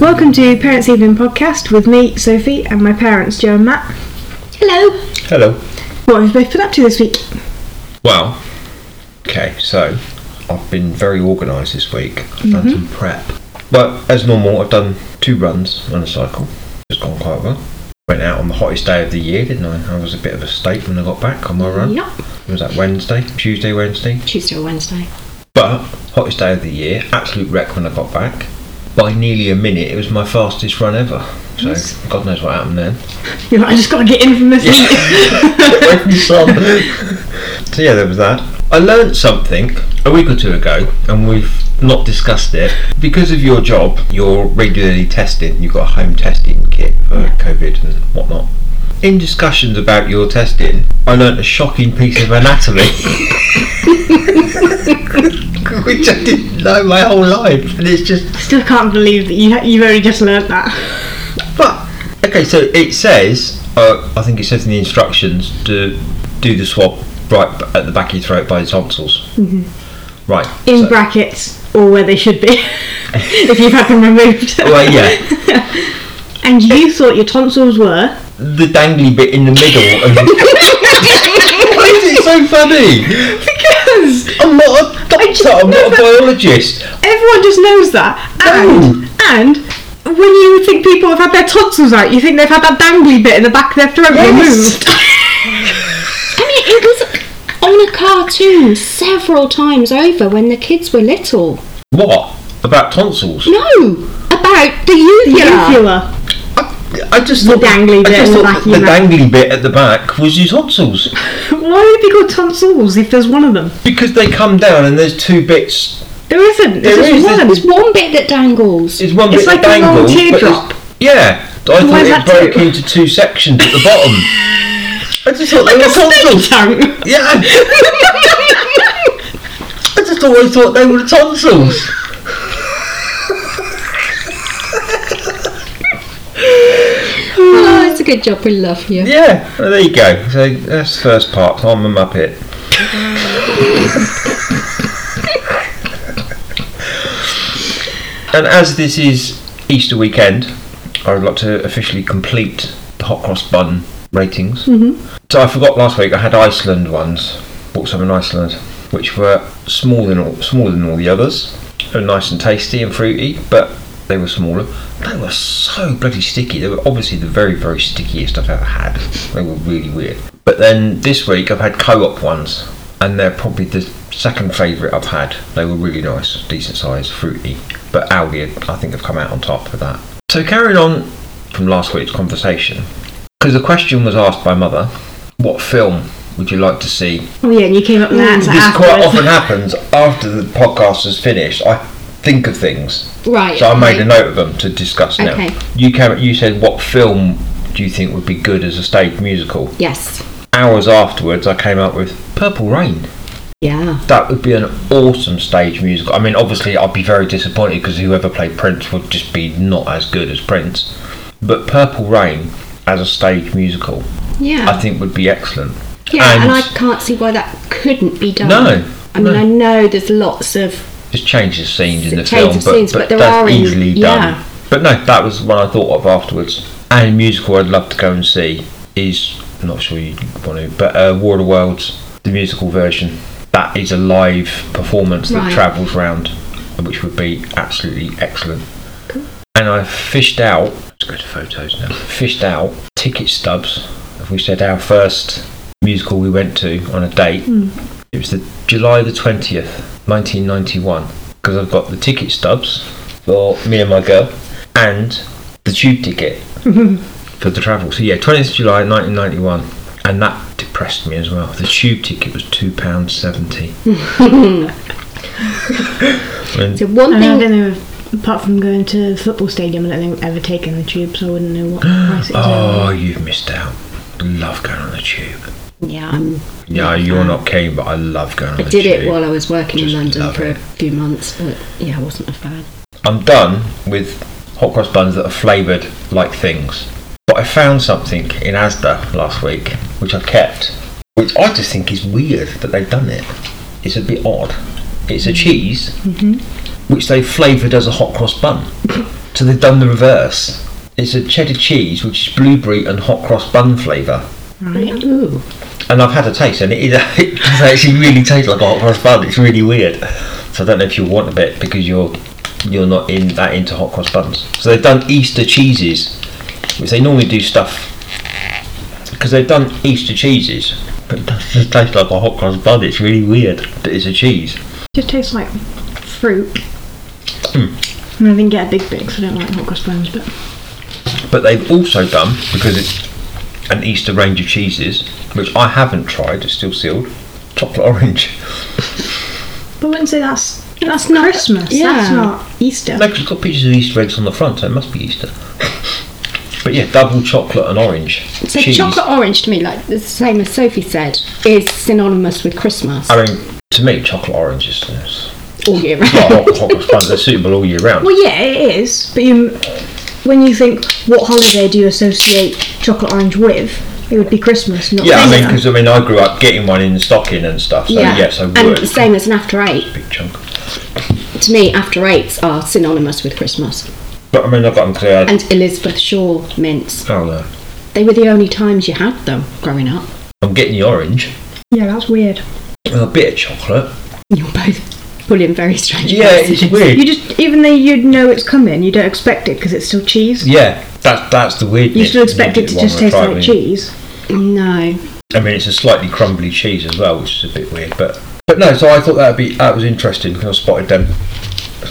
Welcome to Parents Evening Podcast with me, Sophie, and my parents, Joe and Matt. Hello. Hello. What have we both been up to this week? Well, okay, so I've been very organised this week. I've done some prep. But as normal, I've done two runs on a cycle. It's gone quite well. Went out on the hottest day of the year, didn't I? I was a bit of a state when I got back on my run. Yep. It was that Wednesday, Tuesday, Wednesday. Tuesday or Wednesday. But hottest day of the year, absolute wreck when I got back. By nearly a minute, it was my fastest run ever. So Nice. God knows what happened then. You're like, I just got to get in from this heat. so yeah, there was that. I learnt something a week or two ago, and we've not discussed it because of your job. You're regularly tested. You've got a home testing kit for COVID and whatnot. In discussions about your testing, I learnt a shocking piece of anatomy. Which I didn't know my whole life, and it's just Still can't believe that you ha- you've only just learnt that. But okay, so it says, uh, I think it says in the instructions to do the swab right b- at the back of your throat by your tonsils. Right. Mm-hmm. In so- brackets, or where they should be, if you've had them removed. well, yeah, And you thought your tonsils were. the dangly bit in the middle. Of- Why is it so funny? Because I'm not a doctor. I'm not a biologist. Everyone just knows that. And and when you think people have had their tonsils out, you think they've had that dangly bit in the back of their throat Yes. removed. I mean, it was on a cartoon several times over when the kids were little. What about tonsils? No, about the uvula. Uvula. I, I just The thought dangly I bit just in the thought back of your the mouth. dangly bit at the back was your tonsils. Why are they called tonsils if there's one of them? Because they come down and there's two bits. There isn't. There's There just is, one. there's- There's one bit that dangles. It's one It's bit like that a long dangles, but teardrop. it's- Yeah, I Why thought is it that broke two? into two sections at the bottom. I just thought they were Spit tonsils. tank. Yeah. I just always thought they were tonsils. Oh, it's a good job. We love you. Yeah, well, there you go. So that's the first part. I'm a muppet. and as this is Easter weekend, I would like to officially complete the hot cross bun ratings. Mm-hmm. So I forgot last week. I had Iceland ones. Bought some in Iceland, which were smaller than all, smaller than all the others. They were nice and tasty and fruity, but they were smaller. They were so bloody sticky. They were obviously the very, very stickiest I've ever had. They were really weird. But then this week I've had co-op ones, and they're probably the second favourite I've had. They were really nice, decent size, fruity. But algae, I think, have come out on top with that. So carrying on from last week's conversation, because the question was asked by Mother, what film would you like to see Oh yeah, and you came up with that answer this quite afterwards. often happens after the podcast is finished. I think of things, Right. so I made okay. a note of them to discuss now. Okay. You came, you said what film do you think would be good as a stage musical? Yes. Hours afterwards, I came up with Purple Rain. Yeah. That would be an awesome stage musical. I mean, obviously, I'd be very disappointed because whoever played Prince would just be not as good as Prince. But Purple Rain as a stage musical, Yeah. I think, would be excellent. yeah. And, and- I can't see why that couldn't be done. No, I mean, no. I know there's lots of just change the scenes in the Change film, of but, scenes, but, but there that's are in- easily done. yeah. But no, that was one I thought of afterwards. And a musical I'd love to go and see is I'm not sure you want to, but uh, War of the Worlds, the musical version. That is a live performance that Right. travels round, which would be absolutely excellent. And I fished out. Let's go to photos now. Fished out ticket stubs. If we said our first musical we went to on a date, it was the July the twentieth, nineteen ninety one. Because I've got the ticket stubs for me and my girl, and the tube ticket for the travel. So yeah, twentieth of July nineteen ninety one, and that depressed me as well. The tube ticket was two pounds seventy. the one I mean, I thing. don't know. if- Apart from going to the football stadium, I don't think I've ever taken the tube, so I wouldn't know what price it's Oh, you've missed out. Love going on the tube. Yeah. I'm, Yeah, you're not keen, but I love going on I the did tube. it while I was working in Just London love for a it. few months, but yeah, I wasn't a fan. I'm done with hot cross buns that are flavoured like things. But I found something in Asda last week, which I kept, which I just think is weird that they've done it. It's a bit odd. It's a cheese, which they flavoured as a hot cross bun. So they've done the reverse. It's a cheddar cheese, which is blueberry and hot cross bun flavour. Right. Ooh. And I've had a taste, and it, is, it does actually really taste like a hot cross bun. It's really weird. So I don't know if you want a bit because you're you're not in that into hot cross buns. So they've done Easter cheeses, which they normally do stuff because they've done Easter cheeses, but it doesn't taste like a hot cross bun. It's really weird that it's a cheese. Just tastes like fruit. Hmm. And I didn't get a big big, so I don't like hot cross buns, but But they've also done because it's an Easter range of cheeses, which I haven't tried. It's still sealed. Chocolate orange. but I wouldn't say that's that's not Christmas. That's yeah. not Easter. No, 'cause it's got pictures of Easter eggs on the front, so it must be Easter. But yeah, double chocolate and orange So cheese. chocolate orange to me, like the same as Sophie said, is synonymous with Christmas I mean, to me, chocolate orange is is all year not a round. hot, hot cross bun. They're suitable all year round. Well, yeah, it is. But you, when you think what holiday do you associate chocolate orange with, it would be Christmas, not yeah, I mean, Easter. because I mean, I grew up getting one in the stocking and stuff. So yes, I would. and the same as an after eight. Big chunk. To me, after eights are synonymous with Christmas. But I mean, I got them because I had. And Elizabeth Shaw mints. oh no, They were the only times you had them growing up. I'm getting the orange. yeah, that's weird. A bit of chocolate. You're both pulling very strange. Yeah, it's places. weird. You just, even though you'd know it's coming, you don't expect it because it's still cheese. Yeah, that's that's the weird. You still expect it to just taste like cheese. cheese. No. I mean, it's a slightly crumbly cheese as well, which is a bit weird, but but no. So I thought that'd be that was interesting because I spotted them.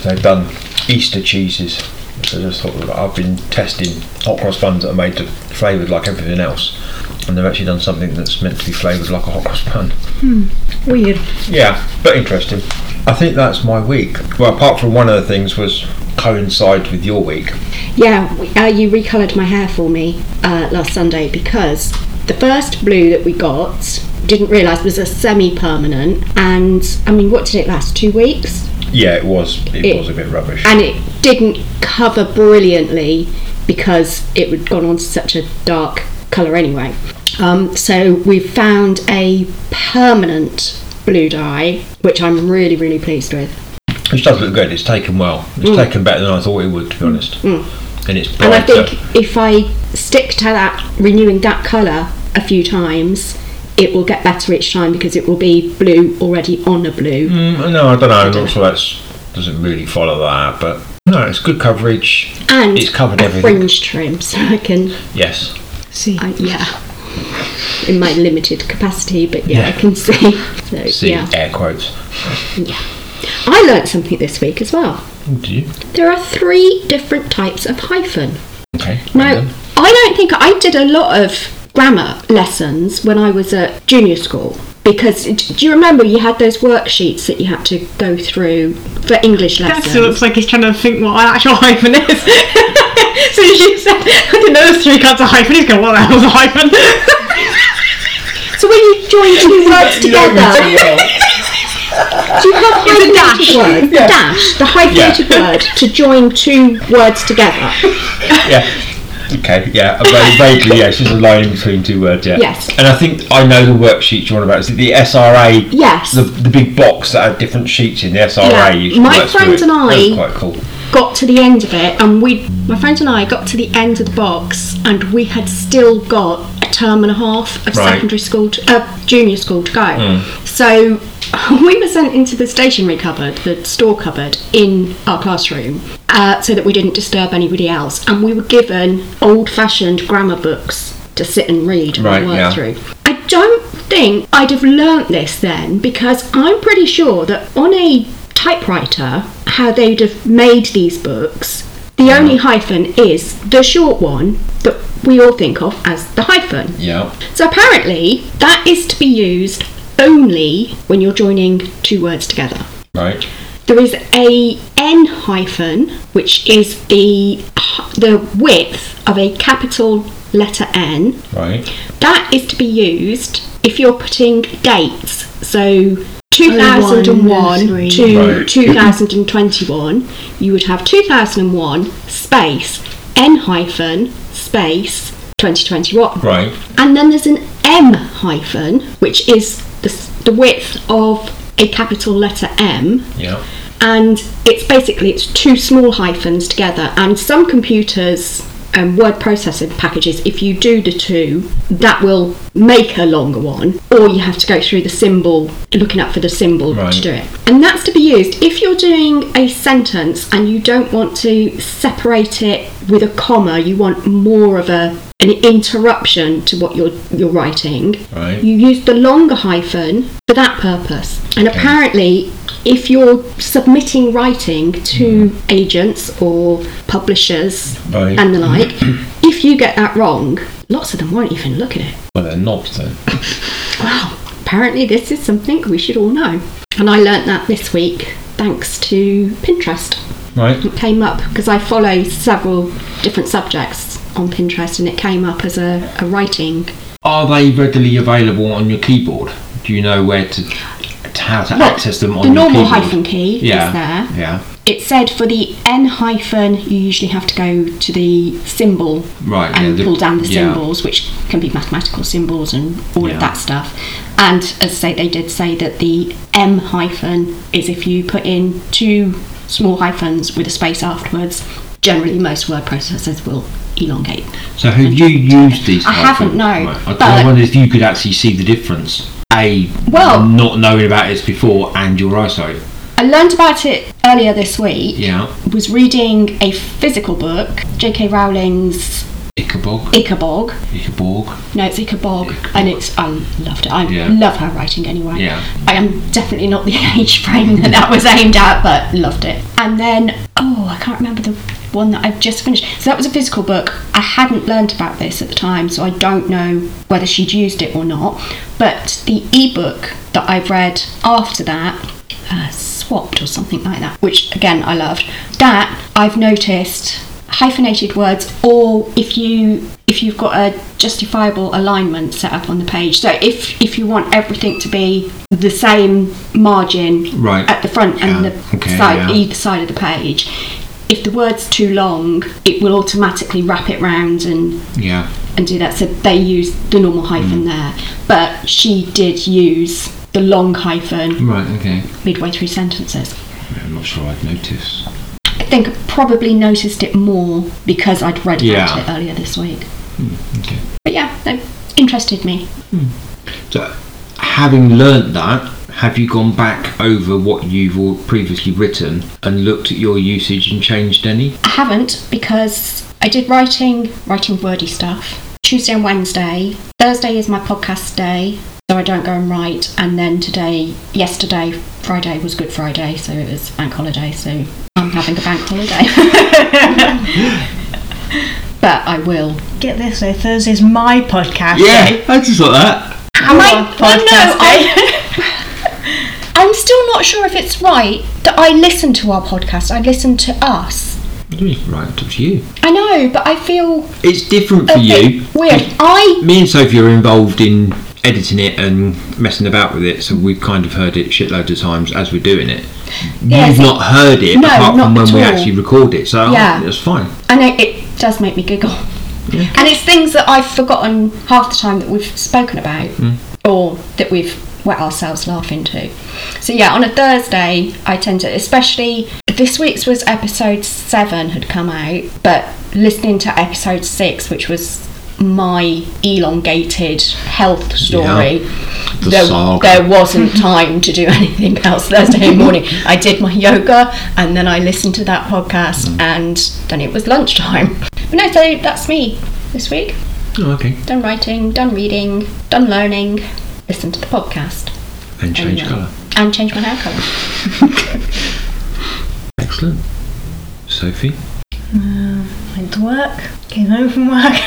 They've done Easter cheeses, so I just thought well, I've been testing hot cross buns that are made to flavoured like everything else, and they've actually done something that's meant to be flavoured like a hot cross bun. Weird. Yeah, but interesting. I think that's my week. Well, apart from one of the things was coincide with your week. Yeah, we- uh, you recoloured my hair for me uh, last Sunday because the first blue that we got didn't realise was a semi-permanent, and I mean, what did it last? Two weeks, Yeah, it was it, It- was a bit rubbish. and it didn't cover brilliantly because it had gone on to such a dark colour anyway. Um, so we found a permanent blue dye, which I'm really, really pleased with. Which does look good. It's taken well. It's taken better than I thought it would, to be honest. And it's Mm. And I brighter. think if I stick to that, renewing that colour a few times, it will get better each time because it will be blue already on a blue. Mm, no, I don't know. I'm not sure that's doesn't really follow that, but no, it's good coverage. And it's covered a everything. fringe trim, so I can, Yes. See. I, yeah, in my limited capacity, but yeah, I Yeah. can see. So, See yeah, air quotes. yeah. I learnt something this week as well. Do you? There are three different types of hyphen. Okay. Now, Mm-hmm. random. I don't think I did a lot of grammar lessons when I was at junior school because d- do you remember you had those worksheets that you had to go through for English That lessons? still looks like he's trying to think what an actual hyphen is. so she said, I didn't know there's three kinds of hyphen. He's going, what the hell's a hyphen? so when you join two words You know me too together, well. do you have a hyphenated dash. word? Dash, the hyphenated word to join two words together. yeah. Okay. Yeah. uh, va- Vaguely. Yeah. It's just a line between two words. Yeah. Yes. And I think I know the worksheet you're on about. Is it the SRA? Yes. The, the big box that had different sheets in the SRA. Yeah. usually My works friends with. and I- That was quite cool. got to the end of it and we my friends and I got to the end of the box and we had still got a term and a half of Right. secondary school to, uh, junior school to go so we were sent into the stationery cupboard the store cupboard in our classroom uh, so that we didn't disturb anybody else and we were given old fashioned grammar books to sit and read Right, and work yeah. through I don't think I'd have learnt this then because I'm pretty sure that on a typewriter, how they'd have made these books, the Mm-hmm. only hyphen is the short one that we all think of as the hyphen. Yeah. So apparently, that is to be used only when you're joining two words together. Right. There is a N hyphen, which is the the width of a capital letter N, Right. that is to be used if you're putting dates. So 2001 three. to Oh, Right. 2021, you would have 2001 space N hyphen space 2021. Right. And then there's an M hyphen, which is the, s- the width of a capital letter M. Yeah. and it's basically it's two small hyphens together and some computers um, word processing packages if you do the two that will make a longer one or you have to go through the symbol looking up for the symbol Right. to do it and that's to be used if you're doing a sentence and you don't want to separate it with a comma you want more of a an interruption to what you're you're writing Right. you use the longer hyphen for that purpose. And apparently, if you're submitting writing Hmm. to agents or publishers Right. and the like, if you get that wrong, lots of them won't even look at it. Well, they're not then. Wow, apparently, this is something we should all know. And I learnt that this week thanks to Pinterest. Right. It came up because I follow several different subjects on Pinterest and it came up as a, a writing Are they readily available on your keyboard? Do you know where to, to how to Well, access them on the your normal keyboard? hyphen key yeah. is there. Yeah. It said for the N hyphen, you usually have to go to the symbol Right, and yeah, the- pull down the yeah. symbols, which can be mathematical symbols and all Yeah. of that stuff. And as I say, they did say that the M hyphen is if you put in two small hyphens with a space afterwards. Generally, most word processors will elongate. So have you used these? I haven't, hyphens? no, I, I but- wondered if you could actually see the difference. A, Well- not knowing about this before, and your eyesight. I learned about it earlier this week. Yeah. Was reading a physical book, J.K. Rowling's Ichabod. Ichabod, Ichabod. No, it's Ichabod, Ichabod. and it's I loved it. I Yeah. love her writing anyway. Yeah. I am definitely not the age frame that that was aimed at, but loved it. And then oh, I can't remember the one that I've just finished. So that was a physical book. I hadn't learnt about this at the time, so I don't know whether she'd used it or not. But the ebook that I've read after that. Uh, swapped or something like that, which again I loved. That I've noticed hyphenated words or if you if you've got a justifiable alignment set up on the page so if if you want everything to be the same margin Right. at the front and Yeah. the Okay, side yeah. either side of the page if the word's too long it will automatically wrap it round and Yeah. and do that so they use the normal Hmm. hyphen there but she did use the long hyphen Right. Okay. midway through sentences I'm not sure I'd notice. i think i probably noticed it more because i'd read about Yeah. Hmm, it earlier this week Okay. But yeah, they interested me. So, having learnt that, have you gone back over what you've all previously written and looked at your usage and changed any? I haven't because I did writing, writing wordy stuff. Tuesday and Wednesday. Thursday is my podcast day, so I don't go and write. And then today, yesterday, Friday was Good Friday, so it was bank holiday, so I'm having a bank holiday. but I will. Get this though, Thursday's my podcast. day. I just thought that. Our podcast day. I, I'm still not sure if it's right that I listen to our podcast. I listen to us. Right, it's up to you. I know, but I feel It's different a for you. bit weird. I Me and Sophie are involved in editing it and messing about with it, so we've kind of heard it shitloads of times as we're doing it. Yes. You've not heard it No, apart from not when at we all. actually record it, so Yeah. that's fine. I know it does make me giggle. And it's things that I've forgotten half the time that we've spoken about or that we've wet ourselves laughing to. So, yeah, on a Thursday, I tend to, especially this week's was episode seven had come out, but listening to episode six, which was my elongated health story. The There, saga. there wasn't time to do anything else Thursday morning. I did my yoga and then I listened to that podcast Mm. and then it was lunchtime. But no, so that's me this week. Oh, okay. Done writing, done reading, done learning, listen to the podcast. And change Anyway. colour. And change my hair colour. Excellent. Sophie? Went to work, came home from work,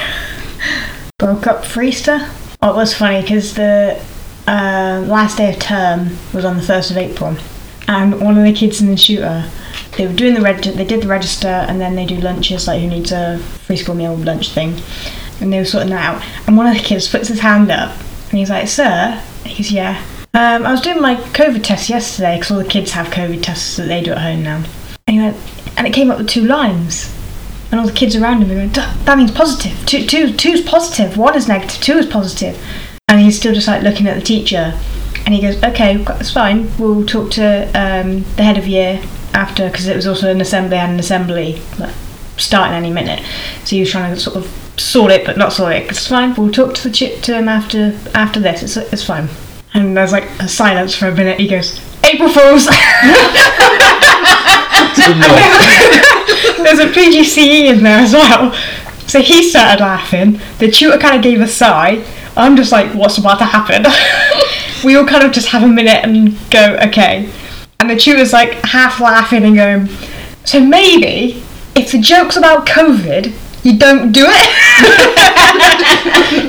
broke up for Easter. Oh, it was funny because the uh, last day of term was on the 1st of April, and one of the kids in the shooter, they were doing the reg- they did the register, and then they do lunches like who needs a free school meal lunch thing, and they were sorting that out. And one of the kids puts his hand up, and he's like, "Sir," he goes, "Yeah." Um, I was doing my COVID test yesterday because all the kids have COVID tests that they do at home now. And he went, and it came up with two lines. And all the kids around him are going, "That that means positive. Two, two, two's positive. One is negative. Two is positive." And he's still just like looking at the teacher. And he goes, "Okay, that's fine. We'll talk to um, the head of year after because it was also an assembly and an assembly like, starting any minute. So he was trying to sort of sort it, but not sort it. It's fine. We'll talk to the chip to him after after this. It's it's fine. And there's like a silence for a minute. He goes, "April Fools." There's a PGCE in there as well. So he started laughing. The tutor kind of gave a sigh. I'm just like, what's about to happen? we all kind of just have a minute and go, okay. And the tutor's like half laughing and going, so maybe if the joke's about COVID, you don't do it.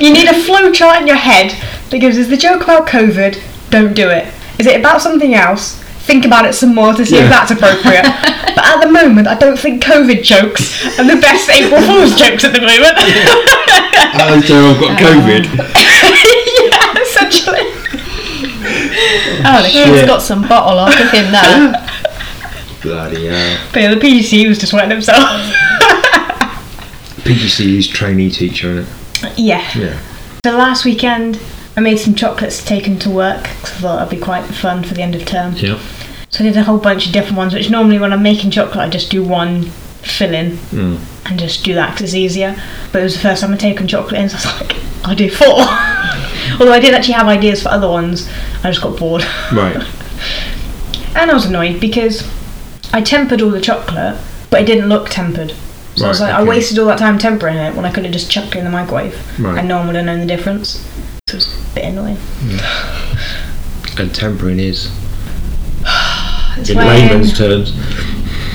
you need a flowchart in your head that gives us the joke about COVID, don't do it. Is it about something else? Think about it some more to see if Yeah. that's appropriate. but at the moment, I don't think COVID jokes are the best April Fool's jokes at the moment. Oh, so I've got COVID. yeah, essentially. Oh, the kid's got some bottle off of him there. Bloody hell. But yeah, the PGC was just wetting himself. PGCE's trainee teacher in it. yeah. Yeah. So last weekend, I made some chocolates to take them to work because I thought that'd be quite fun for the end of term. Yeah. So I did a whole bunch of different ones, which normally when I'm making chocolate, I just do one filling Mm. and just do that because it's easier. But it was the first time I'd taken chocolate in, so I was like, I'll do four. Although I did actually have ideas for other ones, I just got bored. Right. And I was annoyed because I tempered all the chocolate, but it didn't look tempered. So I was Right, like, I okay. wasted all that time tempering it when I could have just chucked it in the microwave, Right. and no one would have known the difference. So it was a bit annoying. And tempering is. It's In when layman's terms.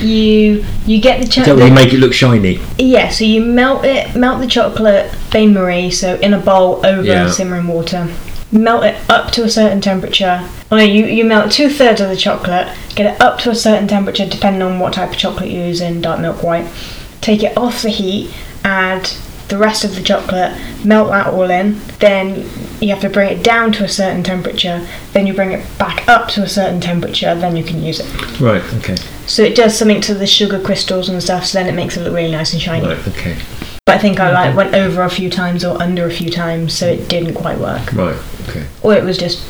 you you get the Don't really chocolate. make it look shiny. Yeah, so you melt it, melt the chocolate bain marie, so in a bowl over Yeah. simmering water. Melt it up to a certain temperature. Oh no, you, you melt two thirds of the chocolate, get it up to a certain temperature depending on what type of chocolate you're using, dark milk, white. Take it off the heat, add the rest of the chocolate, melt that all in. Then you have to bring it down to a certain temperature, then you bring it back up to a certain temperature, then you can use it. Right, okay. So it does something to the sugar crystals and stuff, so then it makes it look really nice and shiny. Right, okay. But I think I like went over a few times or under a few times, so it didn't quite work. Right, okay. Or it was just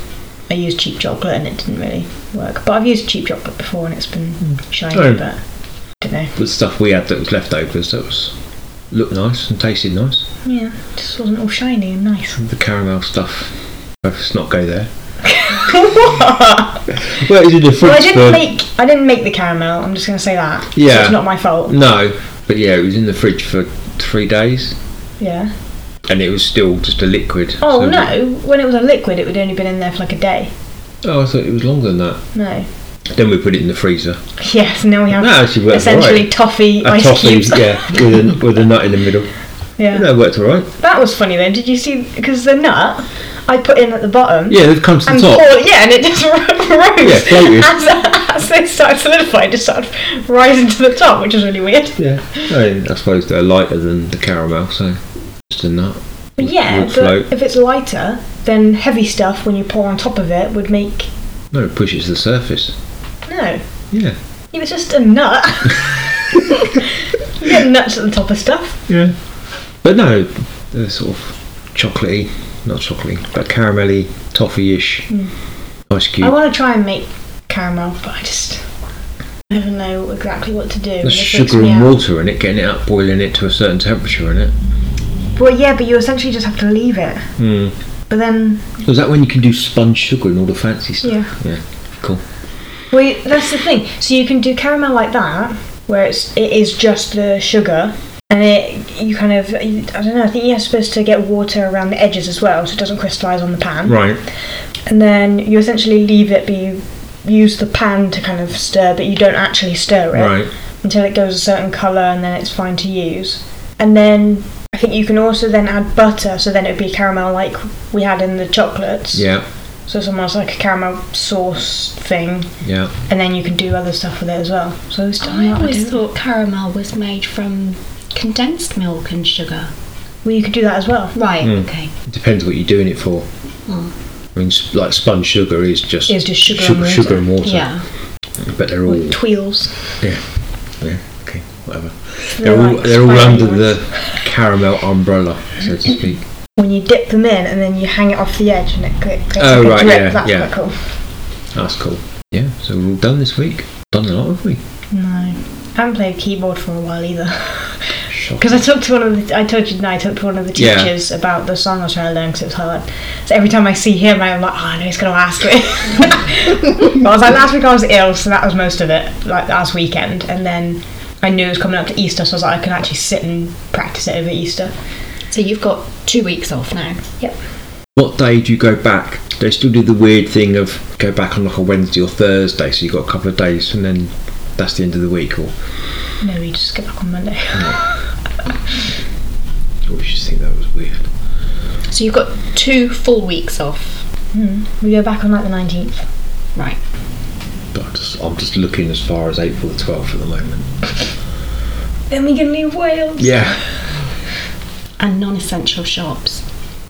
I used cheap chocolate and it didn't really work. But I've used cheap chocolate before and it's been shiny, Oh. but don't know. The stuff we had that was leftovers that was looked nice and tasted nice. Yeah, it just wasn't all shiny and nice. The caramel stuff. Let's not go there. well, Well, it's a difference. I but- didn't make I didn't make the caramel. I'm just gonna say that. So Yeah. it's not my fault. No, but yeah, it was in the fridge for three days Yeah. and it was still just a liquid. Oh so- no! When it was a liquid, it would only been in there for like a day. Oh, I thought it was longer than that. No. Then we put it in the freezer. Yes. Now we have That actually worked essentially alright. toffee Ah, A ice toffee, cubes. yeah, with a, with a nut in the middle. yeah. That worked alright. That was funny then. Did you see? Because the nut I put in at the bottom. Yeah, they've come to the And top. poured, yeah, and it just rose. Yeah, floated. As, as they started solidifying, it just started rising to the top, which is really weird. Yeah. I, I suppose they're lighter than the caramel, so just a nut. But yeah, but would float. if it's lighter, then heavy stuff when you pour on top of it would make No, it pushes to the surface. no. Yeah. It was just a nut. you get nuts at the top of stuff. Yeah. But no, they're sort of chocolatey, not chocolatey, but caramelly, toffee ish ice Hmm. cube. I want to try and make caramel, but I just never know exactly what to do. and it There's freaks sugar me and out. water in it, getting it up, boiling it to a certain temperature in it. Well, yeah, but you essentially just have to leave it. But then, Was that when you can do sponge sugar and all the fancy stuff? Yeah. Cool. well, you- that's the thing. So you can do caramel like that, where it's it is just the sugar, and it you kind of I don't know. I think you're supposed to get water around the edges as well, so it doesn't crystallize on the pan. Right, And then you essentially leave it, but you use the pan to kind of stir, but you don't actually stir it right. until it goes a certain color, and then it's fine to use. And then I think you can also then add butter, so then it'd be caramel like we had in the chocolates. Yeah, So it's almost like a caramel sauce thing, yeah. and then you can do other stuff with it as well. So it's done. I always thought caramel was made from condensed milk and sugar. Well, you could do that as well. Right, Hmm. okay. It depends what you're doing it for. I mean, s- like sponge sugar is just It's Hmm. just sugar sugar, and water. sugar and water. Yeah. But they're all With tweels. yeah. Okay, whatever. They're all like they're all spiky under ones. the caramel umbrella, so to speak. When you dip them in and then you hang it off the edge and it cl- creates Oh, like a right, drip. yeah, That's yeah. quite cool. That's cool. Yeah. So we're all done this week. done a lot, have we? No. I haven't played keyboard for a while either. Shocking. Because I talked to one of the, I told you, no, I talked to one of the Yeah. teachers about the song I was trying to learn because it was hard. So every time I see him, I'm like, oh, I know he's going to ask me. But I was like, last week I was ill, so that was most of it, like last weekend. And then I knew it was coming up to Easter, so I was like, I can actually sit and practice it over Easter. So you've got two weeks off now. What day do you go back? They still do the weird thing of go back on like a Wednesday or Thursday, so you've got a couple of days and then that's the end of the week or No, we just get back on Monday. I always just think that was weird. So you've got two full weeks off. we go back on like the 19th. Right. But I'm just, I'm just looking as far as April the 12th at the moment. Then we can leave Wales. Yeah. And non essential shops.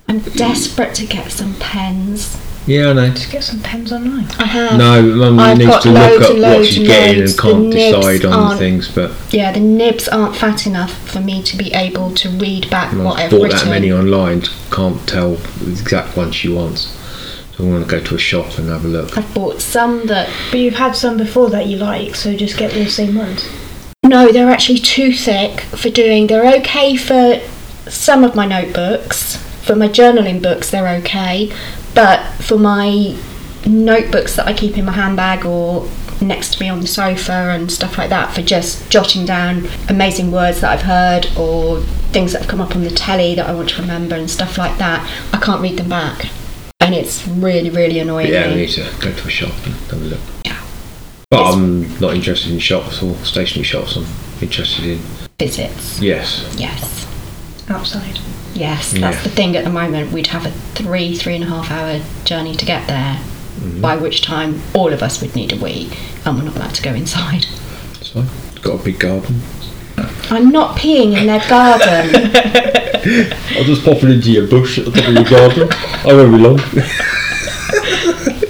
I'm desperate to get some pens. Yeah, I know. Get some pens online. I have. No, Mum I've needs got to look loads up and what loads she's and getting and loads. The can't nibs decide on aren't- things, but Yeah, the nibs aren't fat enough for me to be able to read back Mum's what bought that I've written. many online, can't tell the exact one she wants. So I want to go to a shop and have a look. I've bought some that. But you've had some before that you like, so just get those same ones. No, they're actually too thick for doing. They're okay for some of my notebooks. For my journaling books, they're okay. But for my notebooks that I keep in my handbag or next to me on the sofa and stuff like that, for just jotting down amazing words that I've heard or things that have come up on the telly that I want to remember and stuff like that, I can't read them back. And it's really, really But annoying. yeah, me. we need to go to a shop and have a look. But I'm not interested in shops or stationary shops. I'm interested in Visits. yes, Yes. Outside. Yes, Yeah. that's the thing at the moment. We'd have a three, three and a half hour journey to get there, Mm-hmm. by which time all of us would need a wee, and we're not allowed to go inside. it's fine. It's got a big garden. I'm not peeing in their garden. I'll just pop it into your bush at the top of your garden. I won't be long.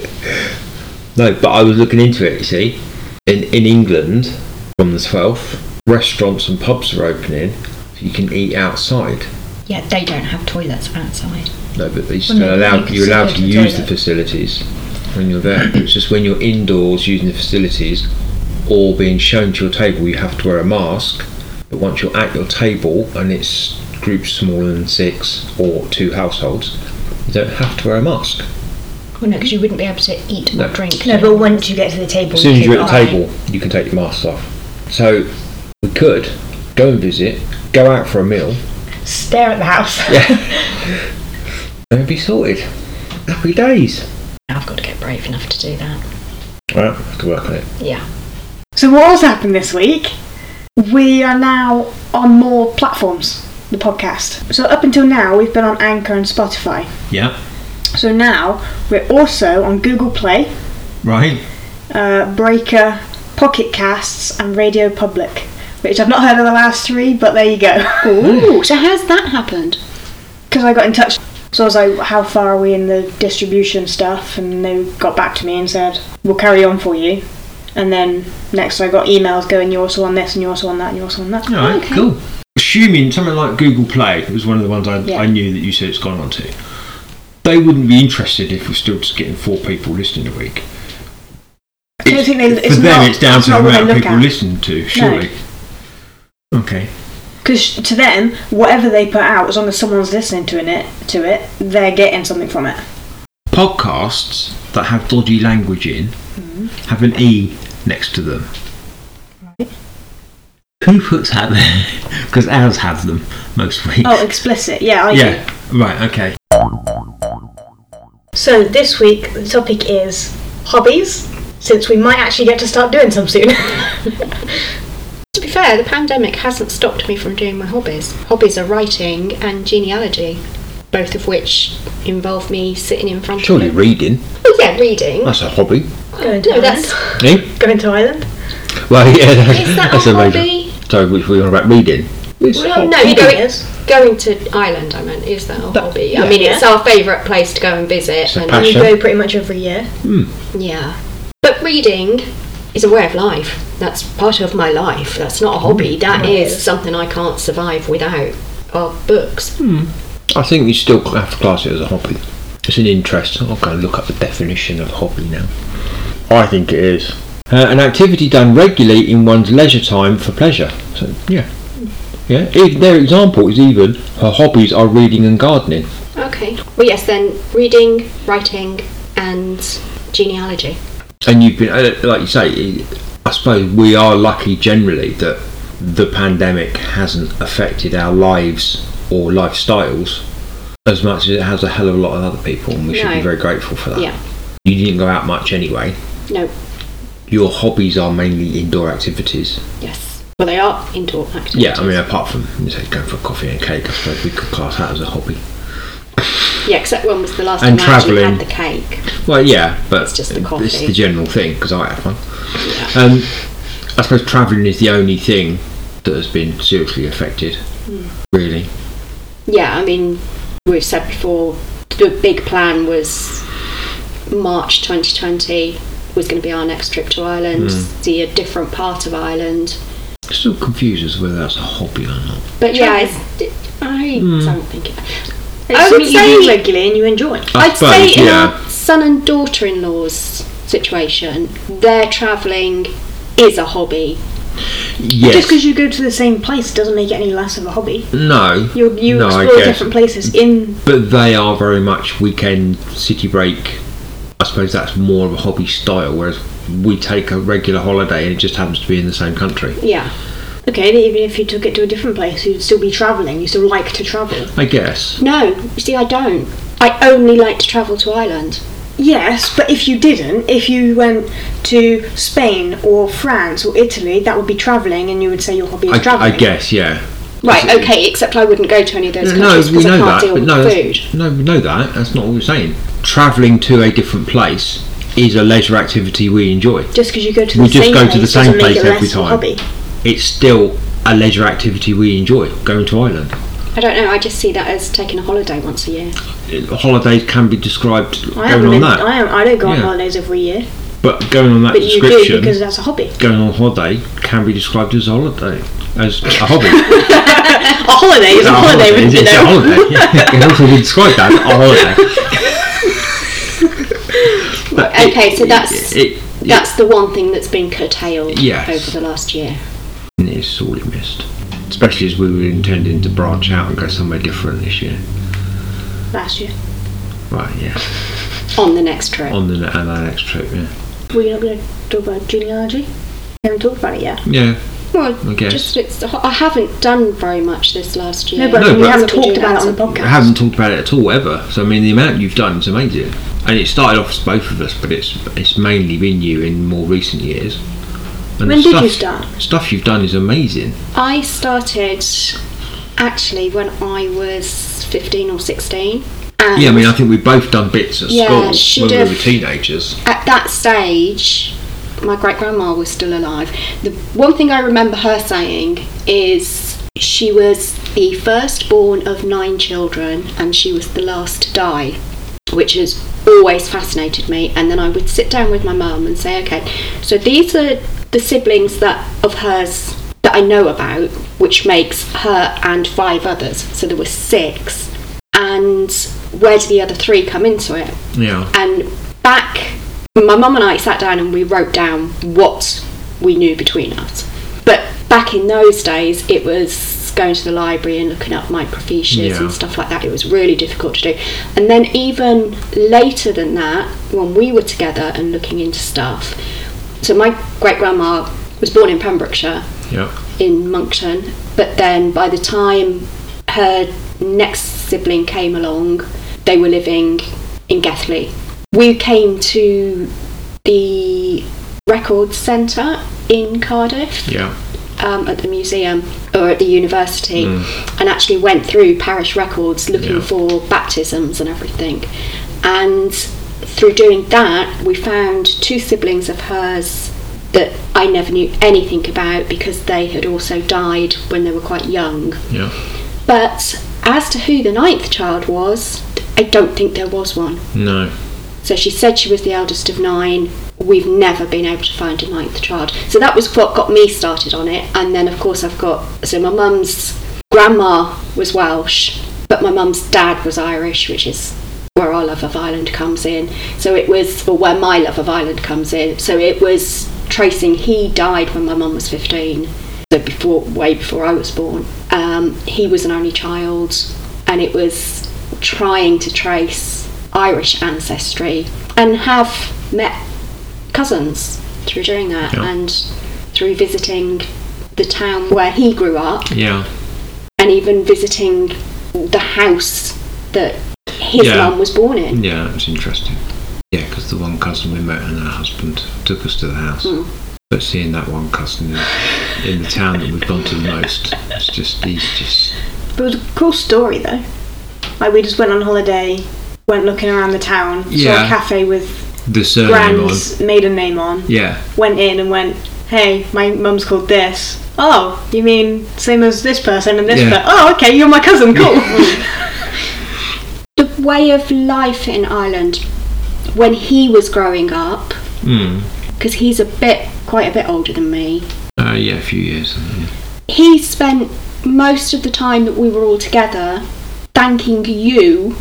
no, but I was looking into it, you see. In, in England, from the 12th, restaurants and pubs are opening. So you can eat outside. yeah, they don't have toilets outside. No, but they still Well, no, you allowed, can you're still allowed go to, to the use the toilet. facilities when you're there. it's just when you're indoors using the facilities or being shown to your table, you have to wear a mask. But once you're at your table and it's groups smaller than six or two households, you don't have to wear a mask. Well, no, because you wouldn't be able to eat No. or drink. No, but once you get to the table, As soon as you you're at the can- table, you can take your masks off. So we could go and visit, go out for a meal, Stare at the house. and it'd be sorted. Happy days. I've got to get brave enough to do that. All right, have to work on it. Yeah. So what else happened this week? We are now on more platforms, the podcast. So up until now, we've been on Anchor and Spotify. Yeah, So now we're also on Google Play, right. uh, Breaker, Pocket Casts, and Radio Public, which I've not heard of the last three, but there you go. Ooh, so how's that happened? Because I got in touch. So I was like, how far are we in the distribution stuff? And they got back to me and said, we'll carry on for you. And then next I got emails going, you're also on this, and you're also on that, and you're also on that. All right, cool. Assuming something like Google Play was one of the ones I, Yeah. I knew that you said it's gone on to, they wouldn't be interested if we're still just getting four people listening a week. I don't think they- it's for them, not- it's down that's to the not what they amount of look people at. listening to, surely. Okay. Because to them, whatever they put out, as long as someone's listening to it, to it, they're getting something from it. Podcasts that have dodgy language in Mm-hmm. have an E next to them. Who puts that there? Because ours have them most weeks. Oh, explicit. Yeah, I do. yeah. Right, okay. So this week the topic is hobbies, since we might actually get to start doing some soon. To be fair, the pandemic hasn't stopped me from doing my hobbies. Hobbies are writing and genealogy, both of which involve me sitting in front Surely of a... reading. Oh, yeah, reading. That's a hobby. going No, that's Eh? going to Ireland. Well, yeah, that, Is that that's a a major. hobby? Sorry, which we were about reading. It's Well, no, Reading going, is. going to Ireland, I meant, is that a hobby? I mean, it's our favourite place to go and visit. It's a and passion. Go pretty much every year. Yeah. But reading is a way of life. That's part of my life. That's Mm, not a hobby. That is something I can't survive without. Are books. I think you still have to class it as a hobby. It's an interest. I'll go and look up the definition of hobby now. I think it is Uh, an activity done regularly in one's leisure time for pleasure. So, yeah. Yeah. Even their example is even her hobbies are reading and gardening. Okay. Well, yes, then reading, writing, and genealogy. And you've been, uh, like you say, I suppose we are lucky generally that the pandemic hasn't affected our lives or lifestyles as much as it has a hell of a lot of other people, and we should be No. very grateful for that. Yeah. You didn't go out much anyway. No. Your hobbies are mainly indoor activities. Yes. Well, they are indoor activities. Yeah, I mean, apart from you say going for a coffee and cake, I suppose we could class that as a hobby. Yeah, except when was the last And time I actually travelling. had the cake? Well, yeah, but It's just the It's coffee. the general thing because I had one. Um, I suppose travelling is the only thing that has been seriously affected. Hmm. Really, Yeah, I mean, we've said before the big plan was March 2020 was going to be our next trip to Ireland, Hmm. see a different part of Ireland. still confused as to whether that's a hobby or not. But yeah, it's, it, I Hmm. don't think it. It's I would something you do say regularly and you enjoy. I I'd say uh, suppose, in yeah. our son and daughter-in-law's situation, their travelling is a hobby. Yes. Just because you go to the same place doesn't make it any less of a hobby. no. You you no, I explore guess. different places in But they are very much weekend city break. I suppose that's more of a hobby style, whereas we take a regular holiday and it just happens to be in the same country. Yeah, okay. then Even if you took it to a different place, you'd still be travelling. You still like to travel. I guess. No, you see, I don't. I only like to travel to Ireland. Yes, but if you didn't, if you went to Spain or France or Italy, that would be travelling, and you would say your hobby is I, travelling. I guess, yeah. Right, okay, except I wouldn't go to any of those No, countries we because I know that, can't deal but with no, the food. that's, no, we know that. That's not what we're saying. Travelling to a different place is a leisure activity we enjoy. Just because you go to the We just same go to place the same doesn't make place it every less of a time. Hobby. It's still a leisure activity we enjoy. Going to Ireland. I don't know, I just see that as taking a holiday once a year. It- Uh, Holidays can be described I going haven't on been. that, I am. I don't go on Yeah. holidays every year, but going on that but you do description, because that's a hobby. going on holiday can be described as a holiday, as a hobby. A holiday is a, It's holiday, wouldn't it's, you it's a know? holiday. Yeah, it can also be described as a holiday. But it- okay, so that's- it, it, That's the one thing that's been curtailed Yes. over the last year. And it's sorely missed. Especially as we were intending to branch out and go somewhere different this year. Last year, Right, yeah. On the next trip. On the, ne- on our next trip, yeah. we're not going to talk about genealogy. We haven't talked about it yet. Yeah, Well, I guess. just it's, I haven't done very much this last year. No, but No, we but- haven't So we talked do about it that on the I podcast. haven't talked about it at all ever. So I mean, the amount you've done is amazing, and it started off as both of us, but it's it's mainly been you in more recent years. And When the did you start? Stuff you've done is amazing. I started actually when I was 15 or 16. And Yeah, I mean, I think we've both done bits at Yeah, school should when have. we were teenagers. at that stage, my great grandma was still alive. The one thing I remember her saying is she was the firstborn of nine children and she was the last to die, which has always fascinated me. And then I would sit down with my mum and say, okay, so these are the siblings that of hers that I know about, which makes her and five others. So there were six. And where do the other three come into it? Yeah, and back my mum and I sat down and we wrote down what we knew between us. But back in those days it was going to the library and looking up microfiches Yeah. and stuff like that. It was really difficult to do. And then even later than that, when we were together and looking into stuff, so my great grandma was born in Pembrokeshire yeah. in Moncton, but then by the time her next sibling came along, they were living in Gethley. We came to the record centre in Cardiff Yeah, um, at the museum or at the university and actually went through parish records looking Hmm. Yeah. for baptisms and everything. And through doing that, we found two siblings of hers that I never knew anything about because they had also died when they were quite young. yeah. But as to who the ninth child was, I don't think there was one. No, So she said she was the eldest of nine. We've never been able to find a ninth child. So that was what got me started on it. And then, of course, I've got so my mum's grandma was Welsh, but my mum's dad was Irish, which is where our love of Ireland comes in. So it was, or where my love of Ireland comes in. So it was tracing, he died when my mum was 15, so before, way before I was born. Um, he was an only child, and it was trying to trace Irish ancestry and have met cousins through doing that Yeah. and through visiting the town where he grew up Yeah. and even visiting the house that his Yeah. mum was born in. Yeah, it's interesting. Yeah, because the one cousin we met and her husband took us to the house. Mm. But seeing that one cousin in, in the town that we've gone to the most, it's just he's just But it was a cool story though. Like we just went on holiday, went looking around the town, saw Yeah. a cafe with the surname on. Grand's maiden name on, Yeah, went in and went, hey, my mum's called this. Oh, you mean same as this person and this Yeah. per- Oh, okay, you're my cousin, cool. The way of life in Ireland when he was growing up, mm. because he's a bit, quite a bit older than me, uh, yeah, a few years. Yeah. he spent most of the time that we were all together thanking you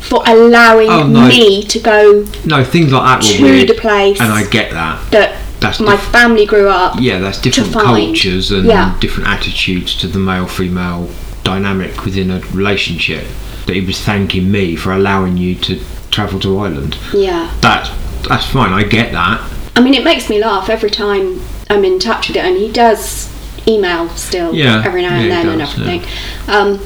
for allowing Oh, no. me to go No, things like that to were weird, the place and I get that. that That's my diff- family grew up. yeah, that's different find. cultures and Yeah. different attitudes to the male female dynamic within a relationship. That he was thanking me for allowing you to travel to Ireland. yeah. That's that's fine. I get that. I mean, it makes me laugh every time I'm in touch with it, and he does email still Yeah, every now yeah, he and then and does, yeah. everything. Um,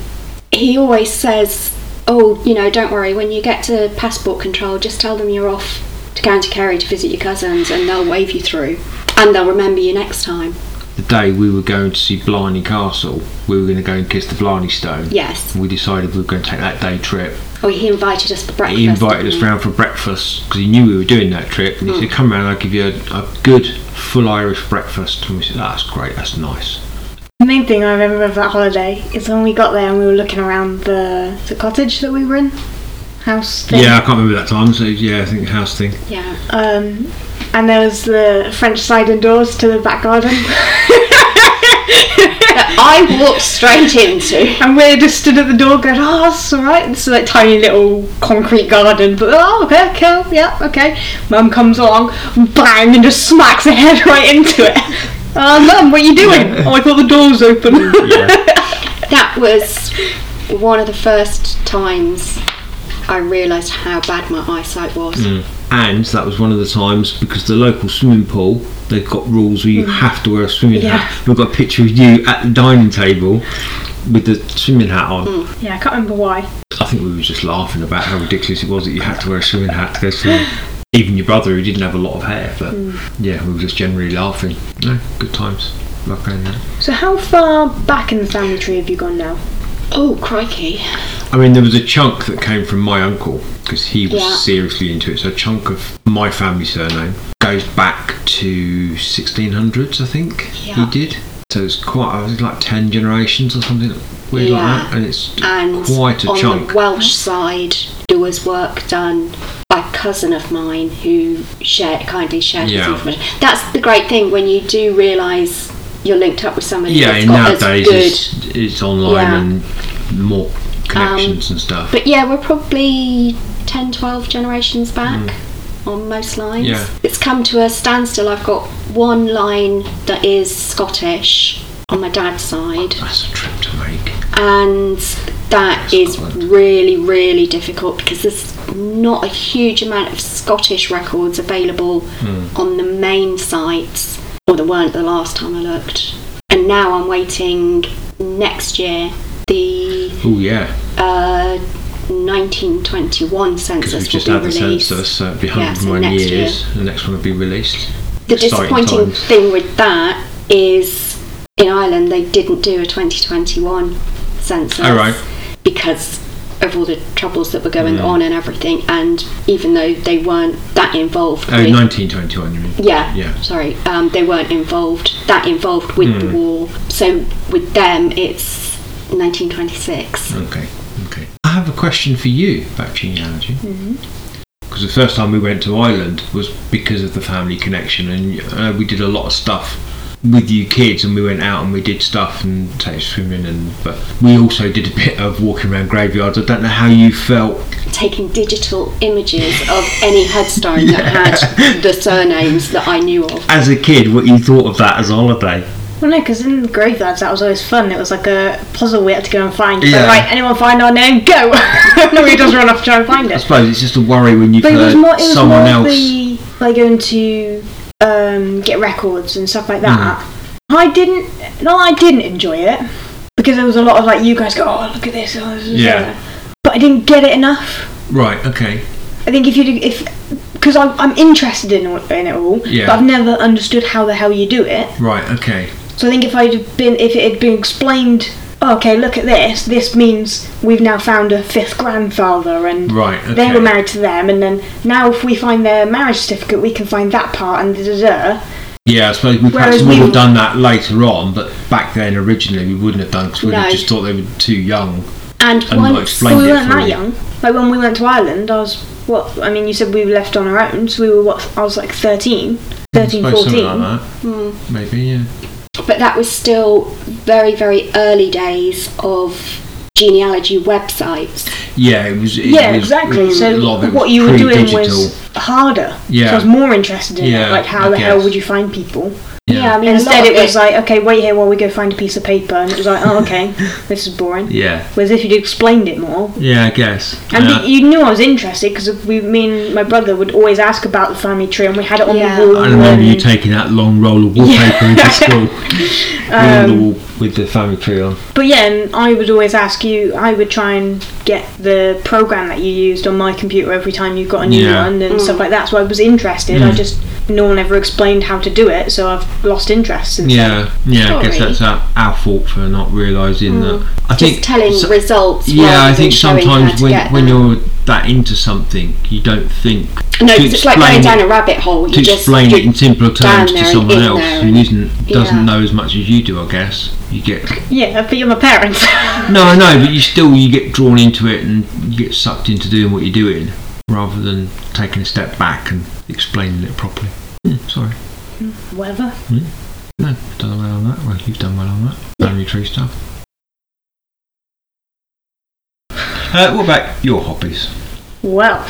he always says, "Oh, you know, don't worry. When you get to passport control, just tell them you're off to County Kerry to visit your cousins, and they'll wave you through, and they'll remember you next time." The day we were going to see Blarney Castle, we were going to go and kiss the Blarney Stone. Yes. We decided we were going to take that day trip. Oh, he invited us for breakfast. He invited didn't us he? round for breakfast because he knew we were doing that trip, and he Hmm. said, "Come round, I'll give you a, a good full Irish breakfast." And we said, "That's great. That's nice." the main thing I remember of that holiday is when we got there and we were looking around the, the cottage that we were in. House thing. Yeah, I can't remember that time. So yeah, I think house thing. Yeah. Um, and there was the French sliding doors to the back garden. That I walked straight into. And we just stood at the door going, oh, that's alright. It's like tiny little concrete garden, but oh, okay, cool, yeah, okay. Mum comes along, bang, and just smacks her head right into it. Oh, Mum, what are you doing? Oh, I thought the door was open. That was one of the first times I realised how bad my eyesight was. Mm, And that was one of the times because the local swimming pool they've got rules where you Hmm. have to wear a swimming hat. We've got a picture of you at the dining table with the swimming hat on. Hmm. yeah, I can't remember why. I think we were just laughing about how ridiculous it was that you had to wear a swimming hat to go swimming. Even your brother, who didn't have a lot of hair, but Hmm. yeah, we were just generally laughing. No, good times. Like going there. So, how far back in the family tree have you gone now? Oh, crikey. I mean, there was a chunk that came from my uncle because he was Yeah. seriously into it. So a chunk of my family surname goes back to 1600s, I think Yeah. he did. So it's quite, I think like 10 generations or something weird like that. Yeah. And it's and quite a on chunk. the Welsh side, there was work done by a cousin of mine who shared kindly shared his Yeah. information. That's the great thing when you do realise you're linked up with somebody yeah, that's and got nowadays as good. it's, it's online Yeah. Um, and more connections and stuff. But yeah, we're probably 10, 12 generations back on most lines. Yeah. It's come to a standstill. I've got one line that is Scottish on my dad's side. That's a trip to make. and that is really really difficult because there's not a huge amount of Scottish records available on the main sites or there weren't the last time I looked and now I'm waiting next year the Oh yeah, uh, 1921 because census we've just will had be the released census, so it'll be Yeah, so 101 next years. The next one will be released. the Exciting disappointing times. thing with that is in Ireland they didn't do a 2021 census All Oh, right. because of all the troubles that were going on and everything and even though they weren't that involved Oh, 1921, you mean? yeah, Yeah. Hmm. sorry um, they weren't involved that involved with the war so with them it's 1926 Okay, okay. I have a question for you about genealogy. Mm-hmm. Because the first time we went to Ireland was because of the family connection, and uh, we did a lot of stuff with you kids and we went out and we did stuff and take swimming and but we also did a bit of walking around graveyards. I don't know how you felt. taking digital images of any headstone that had the surnames that I knew of. As a kid, what you thought of that as a holiday? Well, no, because in graveyards that was always fun. It was like a puzzle we had to go and find. Yeah. So, right, anyone find our name? Go. no, he does run off to try and find I it. suppose it's just a worry when you've But it was heard more. It was someone more else. the like going to um, get records and stuff like that. Mm. I didn't. No, I didn't enjoy it because there was a lot of like you guys go, oh look at this, oh this is Yeah. But I didn't get it enough. Right. Okay. I think if you do- if because I'm, I'm interested in, all- in it all, Yeah. but I've never understood how the hell you do it. Right. Okay. So I think if I'd have been, if it had been explained, "Oh, okay, look at this. This means we've now found a fifth grandfather, and Right, they okay. were married to them, and then now if we find their marriage certificate, we can find that part and da da da. Yeah, I suppose we perhaps Whereas would we- have done that later on, but back then originally we wouldn't have done because we would No. have just thought they were too young. And And not once explained we it weren't for that you. young. Like when we went to Ireland, I was what? I mean, you said we were left on our own, so we were what? I was like 13, 13, Hmm, I suppose something 14. like that. Hmm. Maybe, yeah. but that was still very, very early days of genealogy websites. Yeah, it was. It Yeah, was, exactly. So a lot of it was what you were doing pre-digital. was harder. So Yeah. I was more interested in Yeah, it. Like how I the hell guess. would you find people? Yeah. I mean, a Instead, lot of it was like, okay, wait here while we go find a piece of paper, and it was like, oh, okay, this is boring. Yeah, Whereas if you'd explained it more, yeah, I guess. and yeah. be- you knew I was interested because we, me and my brother would always ask about the family tree, and we had it on Yeah. the E wall. I remember you and- taking that long roll of wallpaper into school on the Um, wall with the family tree on. But yeah, and I would always ask you. I would try and get the program that you used on my computer every time you got a new Yeah. Mm. one and stuff like that. So I was interested. I just no one ever explained how to do it, so I've lost interest since. Yeah, yeah, I guess Sorry. that's our, our fault for not Hmm. realising that. I Just think telling so- results. Yeah, rather I than think showing how sometimes to when, get when them. you're that into something, you don't think no, to 'cause it's like going explain down it- a rabbit hole. You to just explain it in simpler down terms to there and someone in else there who and- isn't doesn't yeah. know as much as you do. I guess you get Yeah, but you're my parents. no, I know, but you still you get drawn into it and you get sucked into doing what you're doing rather than taking a step back and explaining it properly. Hmm, sorry, Whatever. no, done well on that. Well, you've done well on that. Family tree stuff. Uh, what about your hobbies? Well,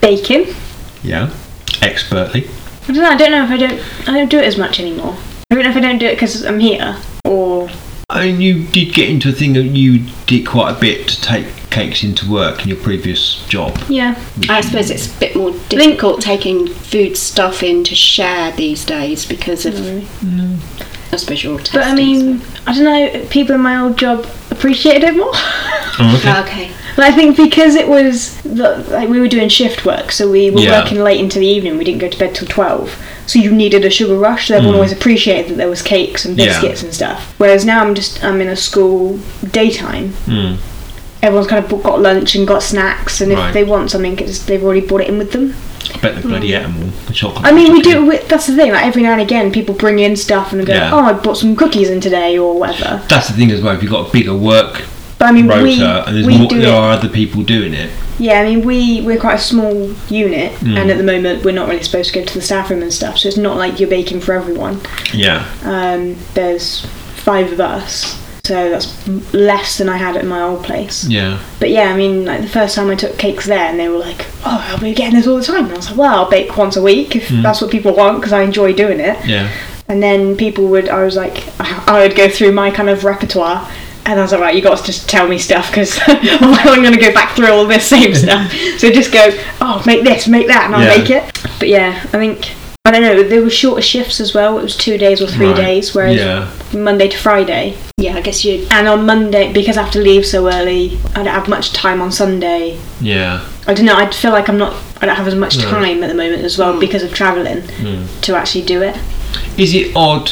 baking. Yeah, expertly. I don't know. I don't know if I don't. I don't do it as much anymore. I don't know if I don't do it because I'm here or I mean, you did get into a thing that you did quite a bit to take cakes into work in your previous job. yeah. I suppose it's a bit more difficult taking food stuff in to share these days because of. I suppose you're all testing. But I mean, I don't know. People in my old job appreciated it more. Oh, okay. okay. But I think because it was the, like we were doing shift work, so we were Yeah. working late into the evening. We didn't go to bed till twelve, so you needed a sugar rush. So everyone always appreciated that there was cakes and Mm. Yeah. biscuits and stuff. Whereas now I'm just I'm in a school daytime. Everyone's kind of bought- got lunch and got snacks, and if Mm. Right. they want something, it's, they've already brought it in with them. I bet they bloody ate 'em all. The chocolate. Mm-hmm. I mean, we do. We, that's the thing. Like every now and again, people bring in stuff and go, Yeah. "Oh, I bought some cookies in today" or whatever. That's the thing as well. If you've got a bigger work But I mean, rota we and there's we more, do there it. are other people doing it. Yeah, I mean, we we're quite a small unit, Hmm. and at the moment, we're not really supposed to go to the staff room and stuff. So it's not like you're baking for everyone. Yeah. Um, there's five of us. So that's m- less than I had at my old place. Yeah. But yeah, I mean, like the first time I took cakes there, and they were like, "Oh, I'll be getting this all the time." And I was like, "Well, I'll bake once a week Hmm. if that's what people want, because I enjoy doing it." Yeah. And then people would, I was like, I would go through my kind of repertoire. And I was like, right, you got to just tell me stuff because I'm going to go back through all this same stuff. So just go, oh, make this, make that, and I'll Yeah. make it. But yeah, I think, I don't know, there were shorter shifts as well. It was two days or three Right. days, whereas Yeah. Monday to Friday. Yeah, I guess you. And on Monday, because I have to leave so early, I don't have much time on Sunday. Yeah. I don't know, I feel like I'm not, I don't have as much time at the moment as Mm. well because of travelling to actually do it. Is it odd?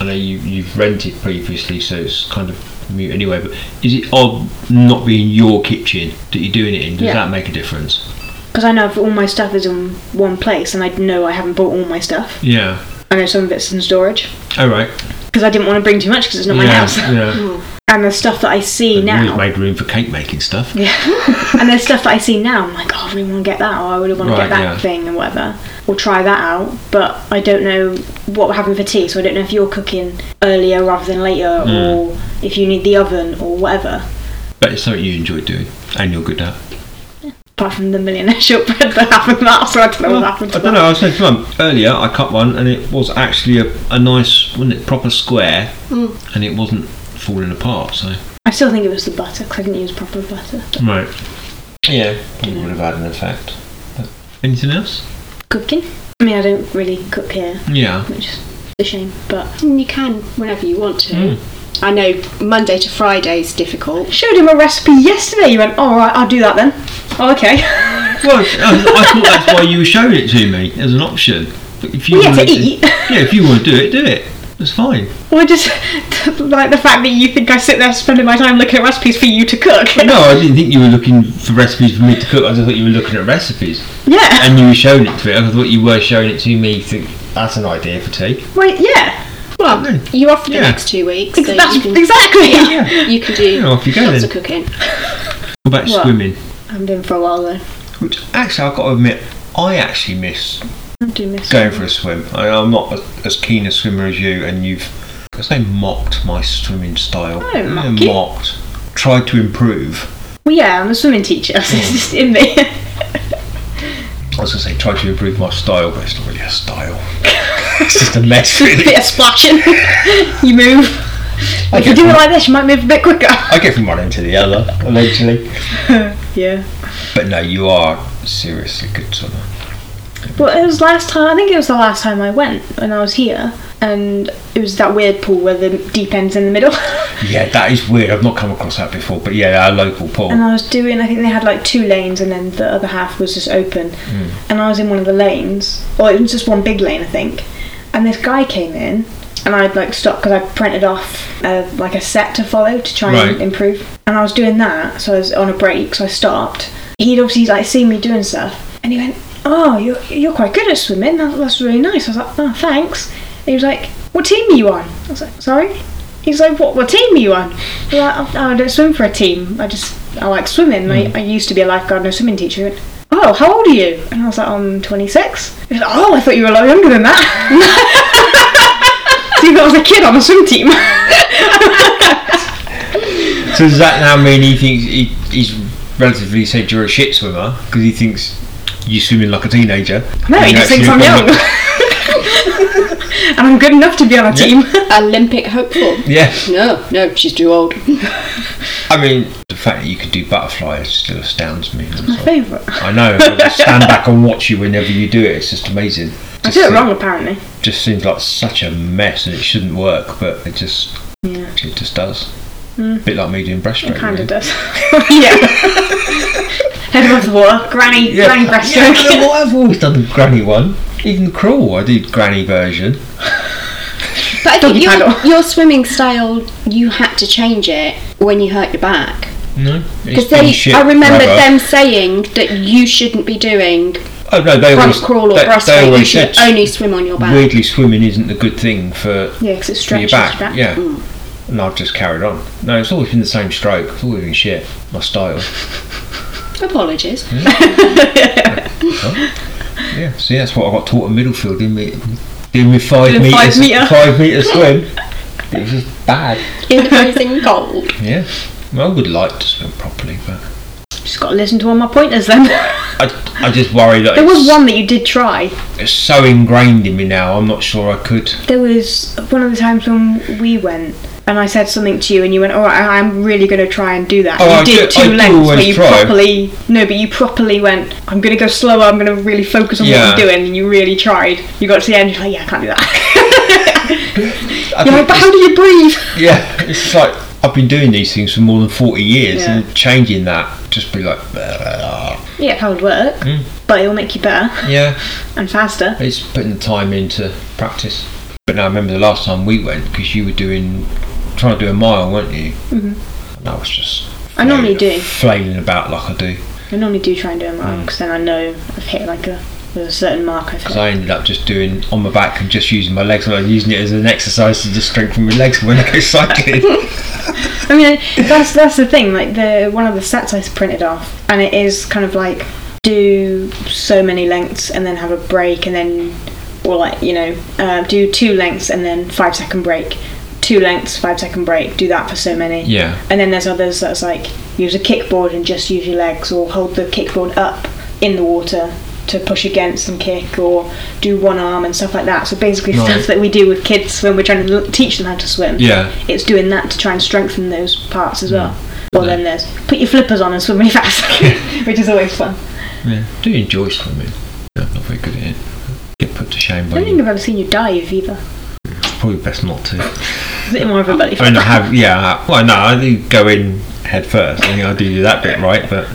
I know you you've rented previously, so it's kind of mute anyway. But is it odd not being your kitchen that you're doing it in? Does Yeah. that make a difference? because I know if all my stuff is in one place, and I know I haven't bought all my stuff. Yeah. I know some of it's in storage All Oh, right. because I didn't want to bring too much because it's not my yeah. house. Yeah. and the stuff that I see Really now, made room for cake making stuff. and there's stuff that I see now. I'm like, oh, I really want to get that, or I really want to Right, get that yeah. thing, and whatever, or try that out. But I don't know what we're having for tea, so I don't know if you're cooking earlier rather than later, Mm. or if you need the oven or whatever. But it's something you enjoy doing and you're good at. Apart from the millionaire shortbread that happened last, so I don't know what I happened to don't know. I was saying to Mum earlier, I cut one and it was actually a, a nice, wasn't it, proper square, Mm. and it wasn't falling apart. So I still think it was the butter because I didn't use proper butter. But right, yeah, probably would have had an effect. But anything else? cooking? I mean, I don't really cook here, Yeah, which is a shame, but And you can whenever you want to. Mm. I know Monday to Friday is difficult. showed him a recipe yesterday. You went, all right, I'll do that then. Oh, okay. Well, uh, I, I thought that's why you showed it to me as an option. But if you We had to wanted eat. yeah, if you want to do it, do it. It's fine. Or just like the fact that you think I sit there spending my time looking at recipes for you to cook. But no, I didn't think you were looking for recipes for me to cook. I just thought you were looking at recipes, Yeah. and you were showing it to me. I thought you were showing it to me. To, that's an idea for tea. Wait, yeah. Well, Okay. you're off for Yeah. the next two weeks, so That's, you can, exactly. you can do Yeah, off you go lots then. of cooking. What about What? swimming? I'm doing for a while though. Which actually, I've got to admit, I actually miss I'm doing this. going for a swim. I, I'm not as- as keen a swimmer as you, and you've, I say, mocked my swimming style. I don't Yeah, mock you. Mocked. Tried to improve. Well, yeah, I'm a swimming teacher. So it's just in me. I was going to say, tried to improve my style, but it's not really a style. it's just a mess, really. bit of splashing. you move. if you do it like this, you might move a bit quicker. I get from one end to the other eventually. Yeah. But no, you are seriously good swimmer. Well, it was last time. I think it was the last time I went when I was here, and it was that weird pool where the deep end's in the middle. Yeah, that is weird. I've not come across that before, but yeah, our local pool. and I was doing, I think they had like two lanes, and then the other half was just open. And I was in one of the lanes, or it was just one big lane, I think. And this guy came in, and I'd like stopped because I printed off uh, like a set to follow to try Right. and improve. And I was doing that, so I was on a break, so I stopped. He'd obviously like seen me doing stuff, and he went, "Oh, you're you're quite good at swimming. That, that's really nice." I was like, "Oh, thanks." And he was like, "What team are you on?" I was like, "Sorry." He's like, what, what team are you on? I'm like, oh, I don't swim for a team. I just, I like swimming. I, I used to be a lifeguard and a swimming teacher. He went, oh, how old are you? And I was like, I'm 26. He's like, oh, I thought you were a lot younger than that. so you thought I was a kid on a swim team. So does that now mean he thinks he, he's relatively said you're a shit swimmer because he thinks you swimming like a teenager? no, he And just you thinks I'm actually- young. and I'm good enough to be on a team. Olympic hopeful. Yeah, No, no, she's too old. I mean the fact that you could do butterfly still astounds me. I'm sorry. Favourite. I know. I just stand back and watch you whenever you do it. It's just amazing. I Just do it se- wrong, apparently. Just seems like such a mess, and it shouldn't work, but it just it just does. Mm. Bit like me doing breaststroke. Kind really. of does. yeah. Head above the water. Granny, granny Yeah, breaststroke. I don't know why I've always done the granny one. Even the crawl, I did granny version. But I Doggy think your, paddle. your swimming style, you had to change it when you hurt your back. No, Because they, I remember them saying that you shouldn't be doing Oh no, they front always crawl or they, they breaststroke. You always should said only swim on your back. weirdly swimming isn't a good thing for, Yeah, because it for your stretches back. your back. Hmm. Yeah, and I've just carried on. No, it's always been the same stroke. It's always been shit. My style. Apologies. Yeah. See, that's what I got taught in Middlefield. Doing me, doing me five Doing meters, five metre. five meter swim. It was just bad. In the freezing cold. Yeah. Well, I would like to swim properly, but Just got to listen to all my pointers then. I, I just worry that there was it's- one that you did try. it's so ingrained in me now. I'm not sure I could. There was one of the times when we went, and I said something to you, and you went, "All right, I- I'm really going to try and do that." Oh, you I did do- I two do lengths, but always you try. properly no, but you properly went. I'm going to go slower. I'm going to really focus on Yeah. what I'm doing, and you really tried. You got to the end, you're like, "Yeah, I can't do that." I you're like, think "But it's- how do you breathe?" Yeah, it's just like I've been doing these things for more than 40 years and changing that just be like, Yeah, that would work, Hmm. but it'll make you better yeah, and faster. it's putting the time into practice. But now I remember the last time we went because you were doing, trying to do a mile, weren't you? Mm-hmm. And I was just. I normally do. Flailing about like I do. I normally do try and do a Hmm. mile because then I know I've hit like a there's a certain mark I've hit. Because I ended up just doing on my back and just using my legs and I'm using it as an exercise to just strengthen my legs when I go cycling. I mean, that's that's the thing. Like the one of the stats I printed off, and it is kind of like do so many lengths and then have a break, and then or like you know uh, do two lengths and then five second break, two lengths five second break. Do that for so many. Yeah. And then there's others that's like use a kickboard and just use your legs, or hold the kickboard up in the water to push against and kick, or do one arm and stuff like that. So basically, stuff that we do with kids when we're trying to l- teach them how to swim Yeah. it's doing that to try and strengthen those parts as Mm. well. Well, then there's put your flippers on and swim really fast, which is always fun. yeah. Do you enjoy swimming? No, I'm not very good at it. Get put to shame I by don't think you. I've ever seen you dive either. Probably best not to. It's a bit more of a belly I mean, I have, yeah. Well, no, I do go in head first. I think I do do that bit right, but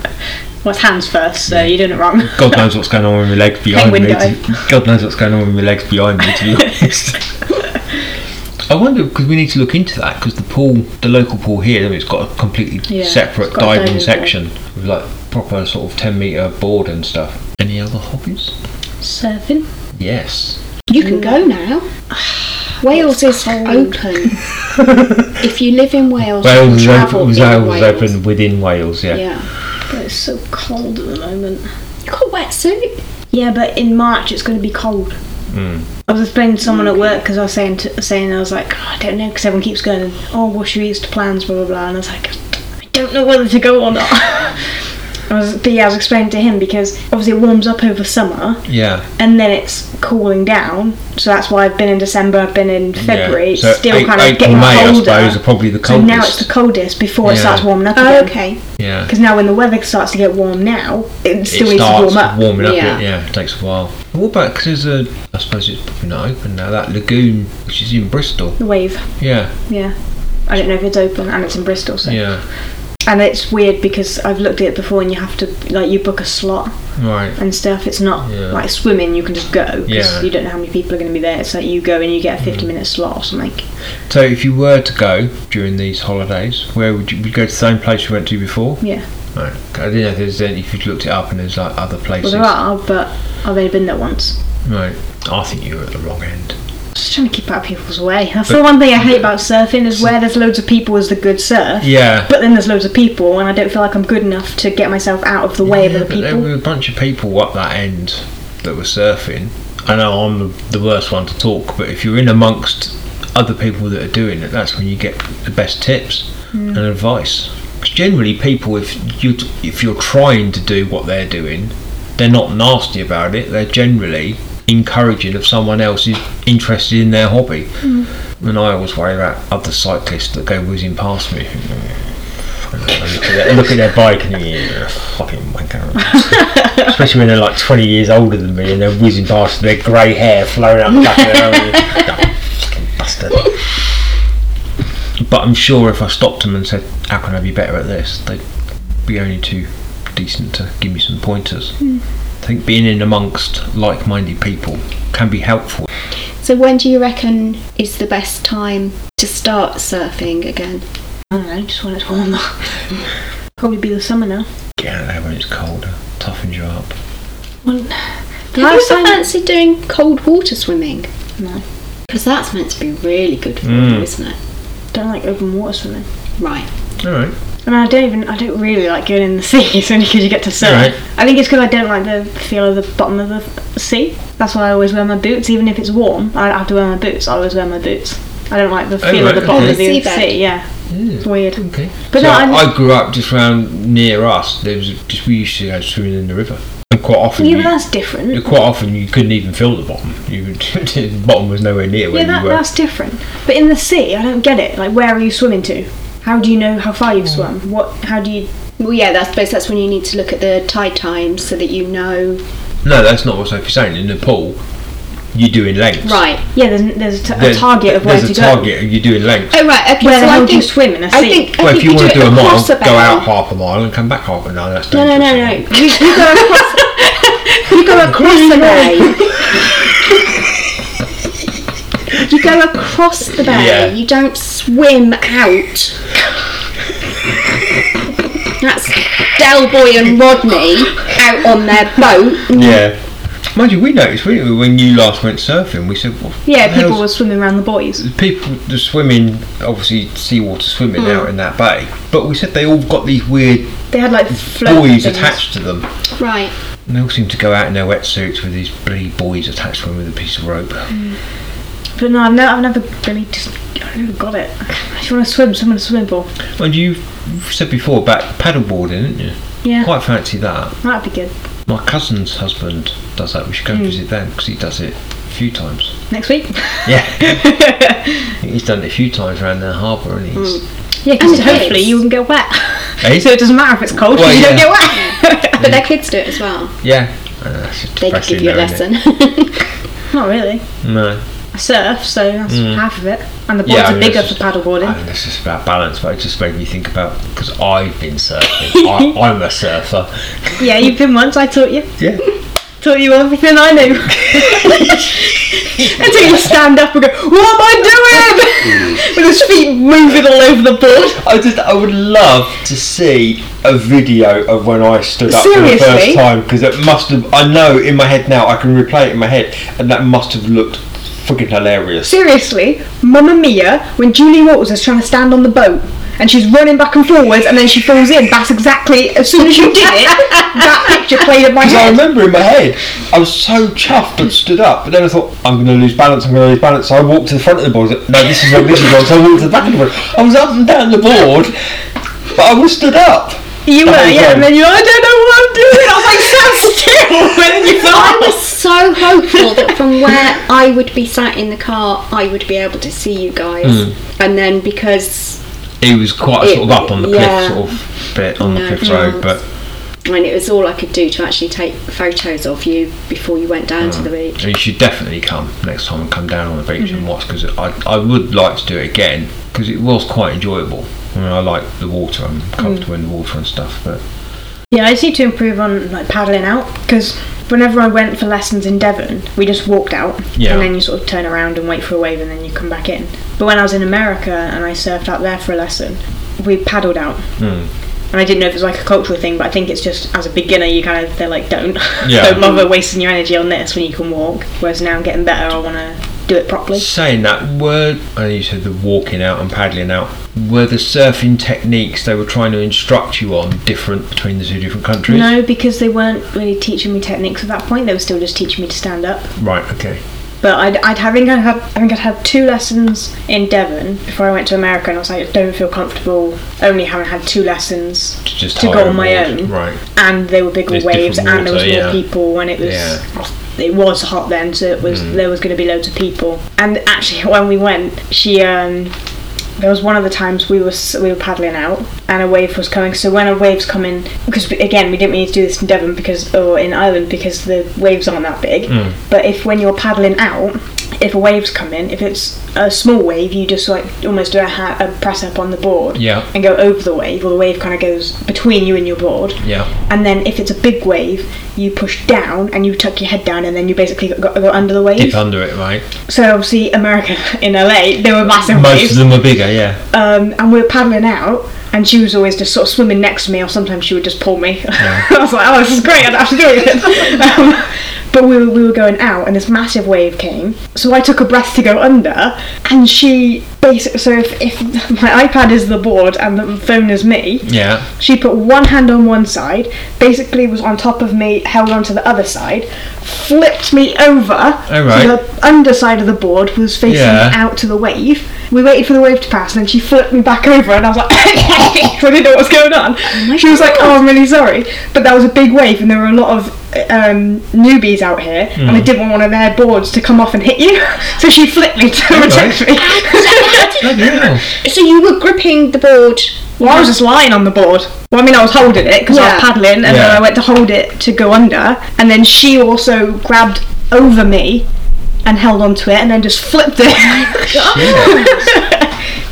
Well, it's hands first, so you're doing it wrong. God knows what's going on with my legs behind Penguin me. to- God knows what's going on with my legs behind me, to be honest. I wonder because we need to look into that because the pool, the local pool here, I mean, it's got a completely Yeah, separate it's got a diving, diving section with like proper sort of ten meter board and stuff. Any other hobbies? Surfing. Yes. You can go now. Wales is open. if you live in Wales, Wales you is can open, travel Wales in is Wales. open within Wales. Yeah. Yeah. But it's so cold at the moment. You got a wetsuit? Yeah, but in March it's going to be cold. Hmm. I was explaining to someone at work because I was saying, to, saying I was like, "Oh, I don't know, because everyone keeps going, oh, what's your Easter plans, blah blah blah, and I was like, I don't know whether to go or not. I was, but yeah, I was explaining to him because obviously it warms up over summer Yeah. and then it's cooling down, so that's why I've been in December, I've been in February, it's So still eight- kind of April, getting May, I colder. suppose, are probably the so coldest. now it's the coldest before it Yeah. starts warming up Oh, again. okay. yeah. Because now when the weather starts to get warm now, it still needs it to starts warm up. warming up. Yeah. Yeah. yeah, it takes a while. What about because there's a? I suppose it's probably not open now. That lagoon, which is in Bristol. The wave. Yeah, Yeah. I don't know if it's open and it's in Bristol, so. yeah, And it's weird because I've looked at it before and you have to, like, you book a slot right. and stuff. It's not Yeah. like swimming, you can just go because Yeah. Mm. you don't know how many people are going to be there. It's like you go and you get a 50 minute slot or something. So if you were to go during these holidays, where would you, would you go to the same place you went to before? Yeah. Right. I didn't know if there's any, if you looked it up and there's like other Well, places. there are, but I've only been there once. Right. I think you were at the wrong end. Just trying to keep out of people's way. That's the one thing I hate about surfing is where there's loads of people is the good surf. Yeah. But then there's loads of people, and I don't feel like I'm good enough to get myself out of the way Yeah, of but other people. There were a bunch of people up that end that were surfing. I know I'm the worst one to talk, but if you're in amongst other people that are doing it, that's when you get the best tips Hmm. and advice. 'Cause generally, people, if you if you're trying to do what they're doing, they're not nasty about it. They're generally encouraging if someone else is interested in their hobby. Hmm. And I always worry about other cyclists that go whizzing past me. I look, at their, look at their bike and you fucking wanker. Especially when they're like 20 years older than me and they're whizzing past with their grey hair flowing out the back of their head. Oh, fucking bastard. But I'm sure if I stopped them and said, how can I be better at this, they'd be only too decent to give me some pointers. I think being in amongst like minded people can be helpful. So when do you reckon is the best time to start surfing again? I don't know, just when it's warmer. Probably be the summer now. Get out there when it's colder, toughens you up. Have you Last ever time- fancy doing cold water swimming? No. Because that's meant to be really good for Mm. you, isn't it? Don't like open water swimming. Right. Alright. I mean, I don't even, I don't really like going in the sea. It's only because you get to surf. Right. I think it's because I don't like the feel of the bottom of the sea. That's why I always wear my boots, even if it's warm. I have to wear my boots. I always wear my boots. I don't like the Oh, feel right, of the bottom okay. of the Seabed. sea. Yeah, it's weird. Okay. But so no, I'm- I, I grew up just round near us. There was just we used to go swimming in the river, and quite often Yeah, you, but that's different. quite often you couldn't even feel the bottom. You would, the bottom was nowhere near where Yeah, that, you were. that's different. But in the sea, I don't get it. Like, where are you swimming to? How do you know how far Mm. you've swum? What? How do you? Well, yeah, that's, I suppose that's when you need to look at the tide times so that you know. No, that's not what Sophie's saying. In the pool, you're doing lengths. Right. Yeah, there's, there's a t- a There's- target of where there's to a go. target. You're doing lengths. Oh, right. Okay. Where so the I hell think, do you swim in a I sea? think. I well, think if you, want to do a mile, across go bound. out half a mile and come back half a mile. That's No, no, no, dangerous. no. You, you go across. you go across the bay. You go across the bay. Yeah. You don't swim out. That's Del Boy and Rodney out on their boat. Yeah. Mind you, we noticed we, when you last went surfing, we said, well, Yeah, the people hell's- were swimming around the boys. people the swimming, obviously seawater swimming Hmm. out in that bay, but we said they all got these weird They had like floaty buoys things. attached to them. Right. And they all seem to go out in their wetsuits with these bloody buoys attached to them with a piece of rope. Hmm. But no, I've never, I've never really just, I've never got it. If you want to swim, swim in a swimming pool. And you have said before about paddleboarding, didn't you? Yeah, Quite fancy that. that'd be good. My cousin's husband does that. We should Hmm. go and visit them because he does it a few times. Next week. Yeah, he's done it a few times around their harbour, and he's. Hmm. Yeah, And because the hopefully kids. you wouldn't get wet. Eh? so it doesn't matter if it's cold, 'cause Well, you don't yeah. get wet. But their kids do it as well. Yeah. I know, that's just They could depressing, give you a though, isn't lesson. Not really. it? No. I surf, so that's half of it. And the boards Mm. Yeah, are I mean, bigger it's for just- paddleboarding. I mean, this is about balance, but it just made me think about because I've been surfing. I, I'm a surfer. Yeah, you've been once, I taught you. Yeah. Taught you everything I knew. Until you stand up and go, What am I doing? With his feet moving all over the board. I just, I would love to see a video of when I stood up for the Seriously? first time because it must have. I know in my head now. I can replay it in my head, and that must have looked freaking hilarious. Seriously, Mamma Mia, when Julie Waters is trying to stand on the boat and she's running back and forwards and then she falls in, that's exactly as soon as you did it, that picture played in my Because I head. remember in my head, I was so chuffed and stood up, but then I thought, I'm going to lose balance, I'm going to lose balance. So I walked to the front of the board. I was like, No, this is wrong, this is wrong. So I walked to the back of the board. I was up and down the board, but I was stood up. You the were, whole yeah, and time. then you I don't know what I'm doing. I was like, stand still. And then you I fell. was so hopeful that from where I would be sat in the car, I would be able to see you guys. And then because It was quite It- sort of up on the cliff yeah. sort of bit on the No cliff road, chance. and it was all I could do to actually take photos of you before you went down to the beach. you should definitely come next time and come down on the beach Mm-hmm. and watch because I, I would like to do it again because it was quite enjoyable. I mean, I like the water, Mm. I'm comfortable in the water and stuff, but Yeah, I just need to improve on like paddling out because whenever I went for lessons in Devon, we just walked out Yeah. and then you sort of turn around and wait for a wave and then you come back in. But when I was in America and I surfed out there for a lesson, we paddled out. Hmm. And I didn't know if it was like a cultural thing, but I think it's just as a beginner, you kind of they're like, don't, Yeah. don't bother wasting your energy on this when you can walk. Whereas now I'm getting better, I want to do it properly. Saying that, were I know you said the walking out and paddling out, were the surfing techniques they were trying to instruct you on different between the two different countries? No, because they weren't really teaching me techniques at that point. They were still just teaching me to stand up. Right, okay. But I'd, I'd having I had I think I'd had two lessons in Devon before I went to America, and I was like, I don't feel comfortable only having had two lessons To just to hire go a on my board. own. Right. And there were bigger There's waves, different and there was water, more yeah. people, and it was Yeah. Mm. it was hot then, so it was there was going to be loads of people. And actually, when we went, she um. There was one of the times we were s- we were paddling out and a wave was coming. So when a wave's coming, because we- again we didn't really do this in Devon because or in Ireland because the waves aren't that big. Mm. But if when you're paddling out, if a wave's coming, if it's a small wave, you just like almost do a, ha- a press up on the board Yeah. and go over the wave, or the wave kind of goes between you and your board. Yeah. And then if it's a big wave, you push down and you tuck your head down, and then you basically go, go under the wave. Dip under it, right? So obviously, America in LA, there were massive Most of waves, them were bigger, yeah. um, and we were paddling out. And she was always just sort of swimming next to me, or sometimes she would just pull me. I was like, "Oh, this is great! I don't have to do anything." um, but we were, we were going out, and this massive wave came. So I took a breath to go under, and she basically. So if, if my iPad is the board and the phone is me, Yeah. she put one hand on one side, basically was on top of me, held onto the other side, flipped me over. Oh, right. So the underside of the board was facing Yeah. out to the wave. We waited for the wave to pass, and then she flipped me back over, and I was like, I didn't know what was going on. she was like, Oh, I'm really sorry. But that was a big wave, and there were a lot of um, newbies out here, and Hmm. I didn't want one of their boards to come off and hit you. so she flipped me to protect me. Oh, Bloody hell. So you were gripping the board. Well, I was just lying on the board. Well, I mean, I was holding it because I Yeah. was paddling, and Yeah. then I went to hold it to go under, and then she also grabbed over me and held onto it, and then just flipped Oh it.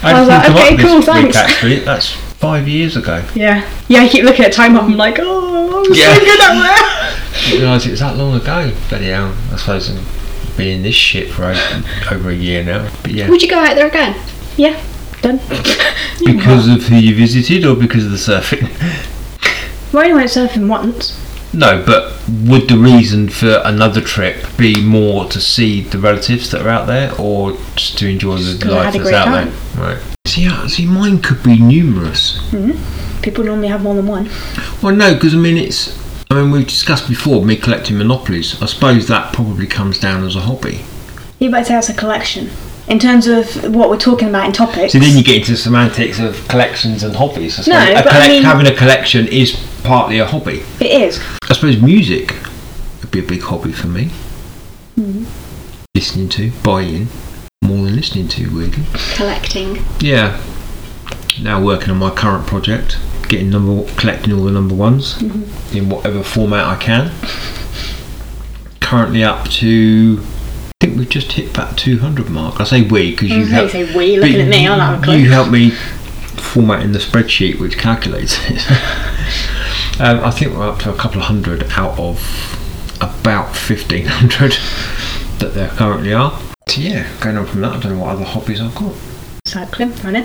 I, I was didn't like, Oh, okay, come up this cool, week, thanks. actually. That's five years ago. yeah, yeah. I keep looking at time off. I'm like, oh, I was Yeah. so good at didn't realise it was that long ago. Bloody hell. I suppose I've been in this shit for over, over a year now. But yeah. Would you go out there again? that. Yeah, done. Because of who you visited or because of the surfing? We only went surfing once. No, but would the reason for another trip be more to see the relatives that are out there, or just to enjoy the 'cause I life had a that's great out time. there? Right. See, yeah, see, mine could be numerous. People normally have more than one. Well, no, because I mean it's. I mean we've discussed before me collecting monopolies. I suppose that probably comes down as a hobby. You might say that's a collection. In terms of what we're talking about in topics. See, then you get into the semantics of collections and hobbies. I No, suppose. a but I mean- having a collection is partly a hobby. It is. I suppose music would be a big hobby for me. Hmm. Listening to, buying, more than listening to, weirdly. collecting. Yeah. Now working on my current project, getting number, collecting all the number ones Mm-hmm. in whatever format I can. Currently up to, I think we've just hit that 200 mark. I say we because you Mm, help- you say we, but looking at me, I don't have a clue. You helped me format in the spreadsheet which calculates it. um, I think we're up to a couple of hundred out of about 1500 that there currently are. So yeah, going on from that, I don't know what other hobbies I've got. Cycling, running.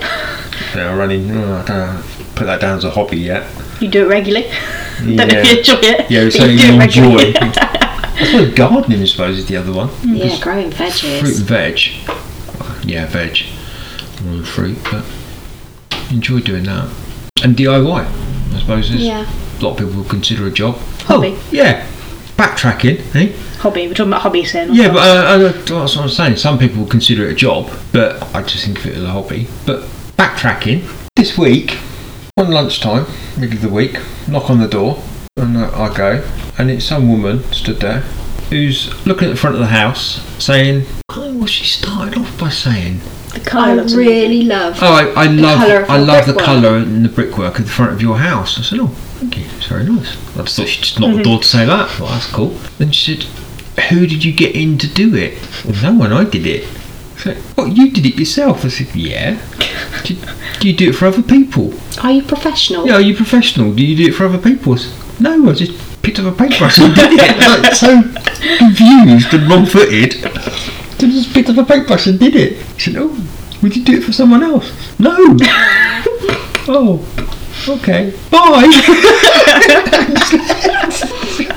Yeah, running. oh, I don't know, put that down as a hobby yet. You do it regularly. Don't know if you enjoy Yeah, it. yeah but so do you it enjoy. regularly. Mm. I suppose gardening, I suppose, is the other one. Yeah, growing Fruit veggies. and veg. Yeah, veg. More than fruit, but enjoy doing that. And DIY, I suppose, is Yeah. a lot of people would consider a job. Hobby. Oh, yeah. Backtracking, eh? Hobby. We're talking about hobbies here. not Yeah, but uh, uh, that's what I'm saying. Some people consider it a job, but I just think of it as a hobby. But backtracking this week, on lunchtime, middle of the week, knock on the door, and uh, I go, and it's some woman stood there who's looking at the front of the house, saying, "Oh, well, she started off by saying, the I colour looks really love. oh, I, I love, colour of I the love the brickwork." colour and the brickwork at the front of your house." I said, "Oh, thank you, it's very nice." I just thought she just Mm-hmm. knocked the door to say that. Well, that's cool. Then she said, "Who did you get in to do it?" Well, no one. I did it. I said, "What? You did it yourself?" I said, "Yeah." "Do you- Do you do it for other people? Are you professional? Yeah, are you professional? Do you do it for other people? I said, No, I just picked up a paintbrush and did it. Like, so confused and wrong footed. I just picked up a paintbrush and did it. He said, Oh, would you do it for someone else? No. oh, okay. Bye.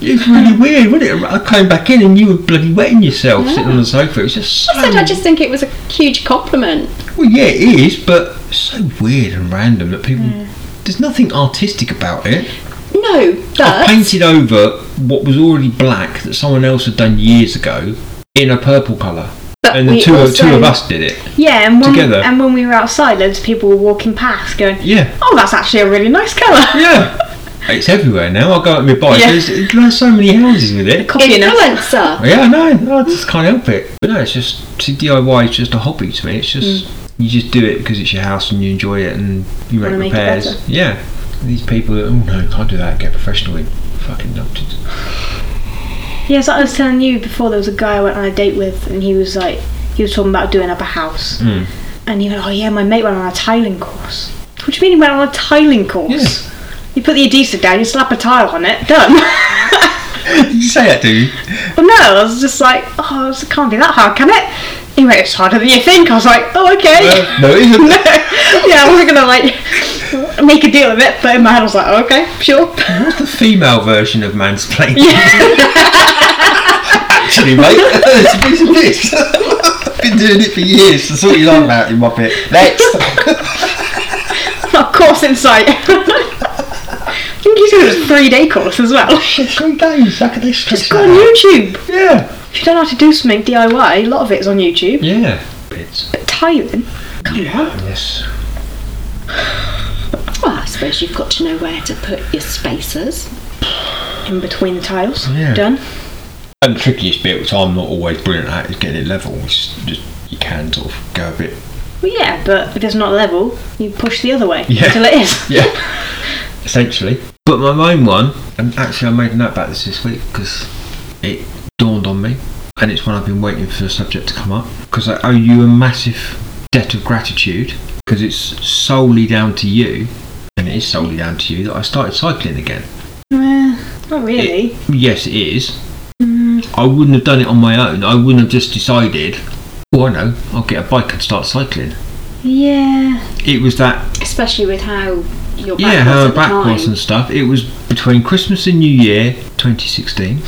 It's really weird, wasn't it? I came back in and you were bloody wetting yourself sitting on the sofa. It was just so I said I just think it was a huge compliment. well, yeah, it is, but it's so weird and random that people. Mm. There's nothing artistic about it. No, I but painted over what was already black that someone else had done years ago in a purple colour, But and the we two of, also- two of us did it. Yeah, and when, Together. and when we were outside, loads of people were walking past going, Yeah, Oh, that's actually a really nice colour. yeah. it's everywhere now. I go out with my bike. Yeah. There's, there's so many houses with it. influencer. Yeah, I know. I just can't help it. But no, it's just see, DIY is just a hobby to me. It's just you just do it because it's your house and you enjoy it and you make Mm. Wanna make it repairs. better. yeah, these people. that, Oh no, can't do that. Get professional in. Fucking dumped it. Yeah, so I was telling you before there was a guy I went on a date with, and he was like, he was talking about doing up a house, Mm. and he went, "Oh yeah, my mate went on a tiling course." What do you mean he went on a tiling course? Yes. You put the adhesive down, you slap a tile on it, done. Did you say that, dude? but no, I was just like, oh, it can't be that hard, can it? He went, it's harder than you think. I was like, oh, okay. Uh, no, it isn't. yeah, I wasn't gonna like make a deal of it, but in my head I was like, oh, okay, sure. What's the female version of mansplaining? Actually, mate, it's a piece of piss. I've been doing it for years. That's what you like about it, you muppet. Next. Oh, Not course in sight. I think he said it was a three day course as well. Three days. How can they stretch Just that go on out? YouTube. Yeah. If you don't know how to do something DIY, a lot of it is on YouTube. Yeah. Bits. Oh, But tiling, Yes. Well, I suppose you've got to know where to put your spacers. in between the tiles, Oh, Yeah. done. And the trickiest bit, which I'm not always brilliant at, is getting it level. It's just, you can sort of go a bit. Well, yeah, but if it's not level, you push the other way Yeah. until it is. Yeah. Essentially. But my main one, and actually I made a note about this this week because it dawned on me, and it's one I've been waiting for the subject to come up because I owe you a massive debt of gratitude because it's solely down to you, and it is solely down to you that I started cycling again. Not really. Mm. Yes, it is. I wouldn't have done it on my own. I wouldn't have just decided, oh, I know, I'll get a bike and start cycling. Yeah. It was that Especially with how your back Yeah, was her at the back time. was and stuff. It was between Christmas and New Year 2016.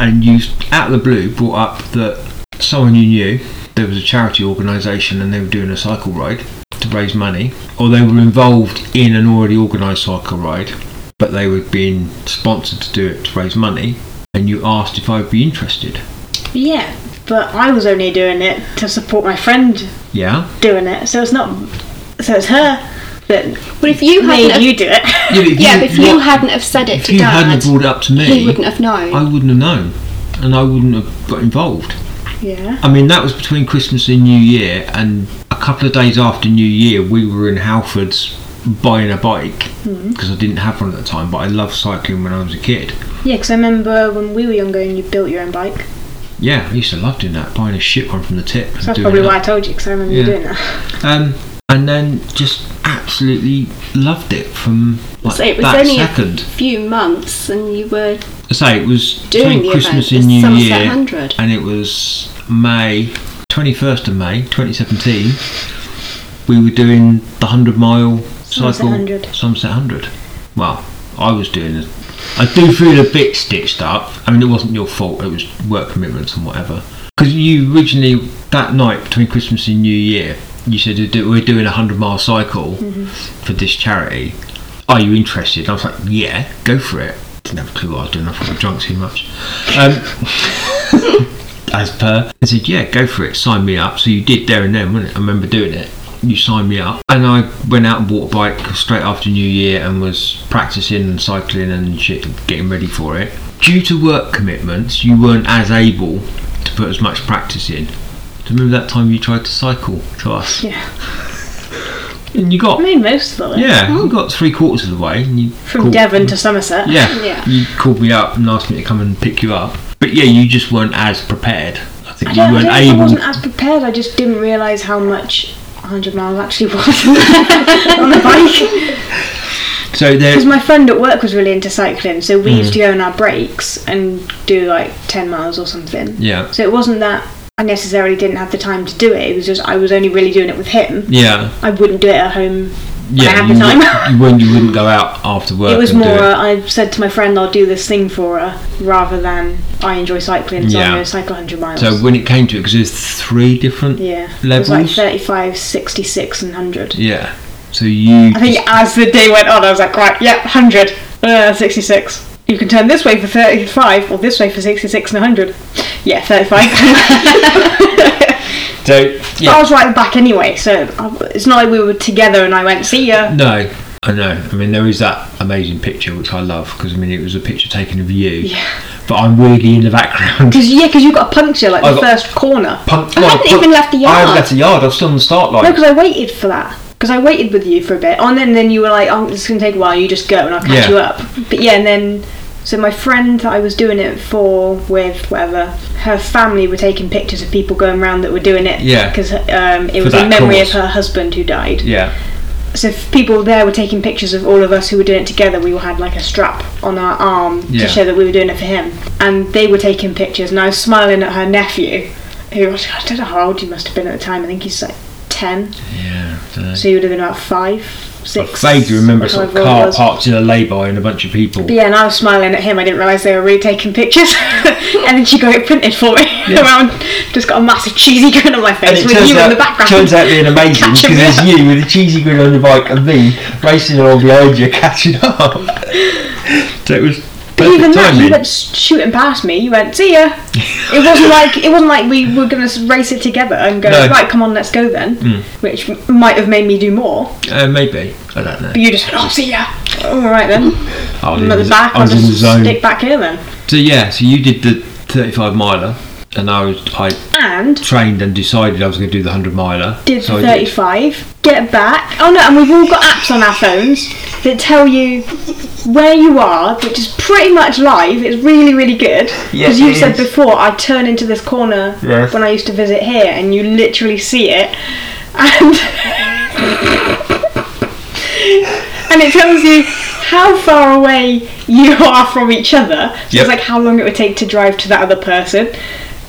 And you, out of the blue, brought up that someone you knew, there was a charity organisation and they were doing a cycle ride to raise money, or they were involved in an already organised cycle ride, but they were being sponsored to do it to raise money. And you asked if I'd be interested. Yeah, but I was only doing it to support my friend Yeah? doing it, so it's not. So it's her that But if you hadn't, made have, you do it. Yeah, but if yeah, but if you what- hadn't have said it if to you Dad, hadn't brought it up to me, he wouldn't have known. I wouldn't have known, and I wouldn't have got involved. yeah. I mean, that was between Christmas and New Year, and a couple of days after New Year, we were in Halfords buying a bike Hmm. because I didn't have one at the time, but I loved cycling when I was a kid. Yeah, because I remember when we were younger and you built your own bike. Yeah, I used to love doing that, buying a shit one from the tip. and So that's doing probably that. why I told you, because I remember Yeah. you doing that. Um, and then just absolutely loved it from like So it was that only a- second. few months, and you were I say it was doing between the Christmas event. and the New Somerset Year. 100. and it was May 21st of May 2017. We were doing the 100 mile Somerset cycle 100. Somerset 100. Well, I was doing it. I do feel a bit stitched up. I mean, it wasn't your fault, it was work commitments and whatever. Because you originally, that night between Christmas and New Year, you said "We're do- we're doing a 100 mile cycle Mm-hmm. for this charity. Are you interested? And I was like, yeah, go for it. Didn't have a clue what I was doing, I thought I drunk too much. Um, as per. I said, yeah, go for it, sign me up. So you did there and then, wasn't it? I remember doing it. You signed me up, and I went out and bought a bike straight after New Year and was practicing and cycling and shit, getting ready for it. Due to work commitments, you weren't as able to put as much practice in. Do you remember that time you tried to cycle to us? Yeah. And you got I mean, most of the way. yeah, you got three quarters of the way, and you Oh. From called- Devon to Somerset. yeah. Yeah. You called me up and asked me to come and pick you up. But yeah, you just weren't as prepared. I think I you don't, I weren't don't think I able. wasn't as prepared, I just didn't realise how much 100 miles actually was on the bike. So Because there, my friend at work was really into cycling, so we Mm. used to go on our breaks and do like 10 miles or something. yeah, So it wasn't that I necessarily didn't have the time to do it, it was just I was only really doing it with him. yeah, I wouldn't do it at home. I yeah. had You, the time. wou- you wouldn't, you wouldn't go out after work. It was and do more, uh, I said to my friend, I'll do this thing for her, rather than I enjoy cycling, so Yeah. I'm going to cycle 100 miles. So when it came to it, because there's three different. yeah, it levels? was like 35, 66, and 100. Yeah. So you. I think just- as the day went on, I was like, right, yeah, 100, uh, 66. You can turn this way for 35 or this way for 66 and 100. Yeah, 35. so I yeah. was right back anyway, so I- it's not like we were together and I went, see ya. No. I know. I mean, there is that amazing picture which I love because I mean it was a picture taken of you, but I'm weirdly in the background. Because, yeah, because you got a puncture like I the got- first corner. Punk, I well, haven't put- even left the I haven't yard. left the yard. I'm still on the start line. No, because I waited for that. Because I waited with you for a bit, and then, then you were like, "Oh, it's going to take a while. You just go, and I'll catch Yeah. you up." But yeah, and then so my friend that I was doing it for, with whatever, her family were taking pictures of people going round that were doing it. Yeah. because um, it was that in memory cause. of her husband who died. yeah. So if people there were taking pictures of all of us who were doing it together. We all had like a strap on our arm Yeah. to show that we were doing it for him, and they were taking pictures, and I was smiling at her nephew, who was, I don't know how old he must have been at the time. I think he's like ten. Yeah. I dunno. So you would have been about five, six. I vaguely remember a sort of however old I car was. parked in a lay-by and a bunch of people. But yeah, and I was smiling at him. I didn't realise they were really taking pictures. and then she got it printed for me. Around, just got a massive cheesy grin on my face with you in the background. turns out being amazing Catching because me there's up. you with a cheesy grin on your bike and me racing along behind you catching up. so it was But even perfect that, you timing. went shooting past me. You went, "See ya." it wasn't like it wasn't like we were gonna race it together and go, No. Hmm. "Right, come on, let's go then," which might have made me do more. Uh, maybe I don't know. But you just went, "Oh, see ya." All right then. I was, I'm at in the the, back. I I'll was in the just zone. stick back here then. So yeah, so you did the 35 miler, and I was I And trained and decided I was going to do the 100 miler. did so I 35, get back. Oh no, and we've all got apps on our phones that tell you where you are, which is pretty much live. It's really, really good. Because you said before, I turn into this corner Yes. when I used to visit here, and you literally see it. And. And it tells you how far away you are from each other. So Yep. It's like how long it would take to drive to that other person.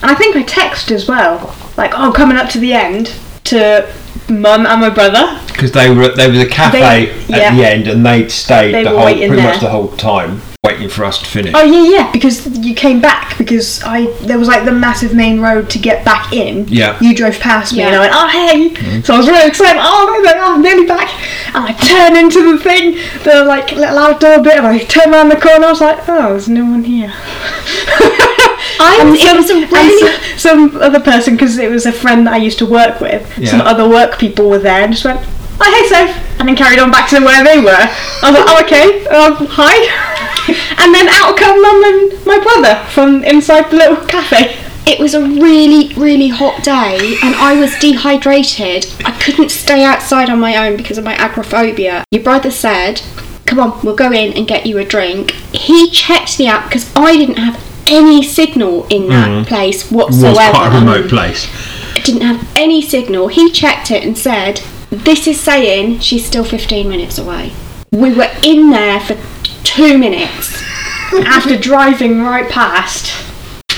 And I think I text as well, like, oh, coming up to the end to mum and my brother. because they were they were the cafe They- at yeah. the end, and they'd stayed They the were whole waiting pretty much there. the whole time waiting for us to finish. Oh yeah, yeah. Because you came back because I there was like the massive main road to get back in. Yeah. Mm-hmm. You drove past me and I Yeah. went, oh hey. So I was really excited. Oh no, no, no, I'm nearly back. And I turn into the thing, the like little outdoor bit, and I turn around the corner. I was like, oh, there's no one here. I And it was a and really so- some, other person because it was a friend that I used to work with. Some Yeah. other work people were there and just went, "Oh hey, Soph," and then carried on back to where they were. I was like, "Oh okay, um, hi," and then out come mum and my brother from inside the little cafe. It was a really, really hot day and I was dehydrated. I couldn't stay outside on my own because of my agoraphobia. Your brother said, Come on, we'll go in and get you a drink. He checked the app because I didn't have any signal in that place It whatsoever. Mm. was quite a remote place. It didn't have any signal. He checked it and said, This is saying she's still 15 minutes away. We were in there for two minutes. After driving right past,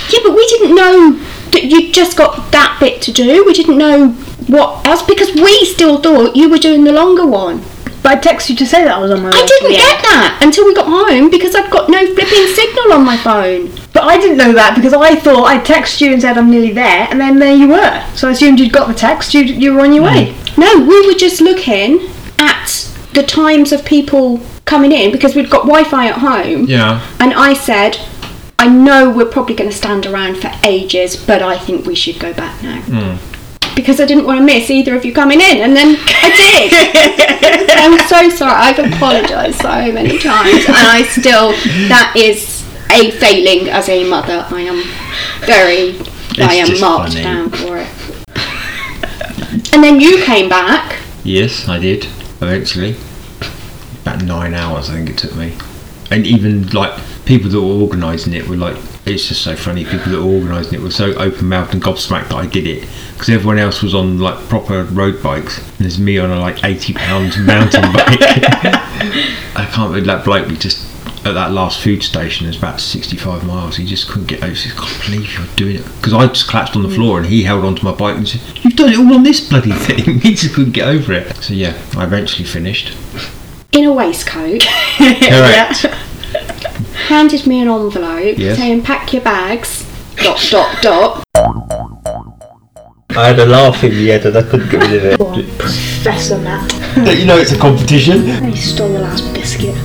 Yeah, but we didn't know that you'd just got that bit to do. We didn't know what else because we still thought you were doing the longer one. but I texted you to say that I was on my way. I to didn't the get that until we got home because I've got no flipping signal on my phone. end. But I didn't know that because I thought I texted you and said I'm nearly there, and then there you were. So I assumed you'd got the text. You you were on Hmm. your way. No, we were just looking at the times of people coming in because we'd got Wi Fi at home. Yeah. And I said, I know we're probably going to stand around for ages, but I think we should go back now. Hmm. Because I didn't want to miss either of you coming in, and then I did. I'm so sorry. I've apologised so many times, and I still, that is a failing as a mother. I am very, I am just marked funny. down for it. And then you came back. Yes, I did. Eventually, about nine hours, I think it took me. And even like people that were organising it were like, it's just so funny. People that were organising it were so open mouthed and gobsmacked that I did it because everyone else was on like proper road bikes, and there's me on a like eighty pound mountain bike. I can't believe that bloke. We just at that last food station is about 65 miles he just couldn't get over so I can't believe you're doing it because I just collapsed on the floor and he held onto my bike and said you've done it all on this bloody thing he just couldn't get over it so yeah I eventually finished In a waistcoat, correct handed me an envelope Yes. saying, "Pack your bags." Dot dot dot. I had a laugh in the end and I couldn't get rid of it. Professor Matt, you know it's a competition. he stole the last biscuit.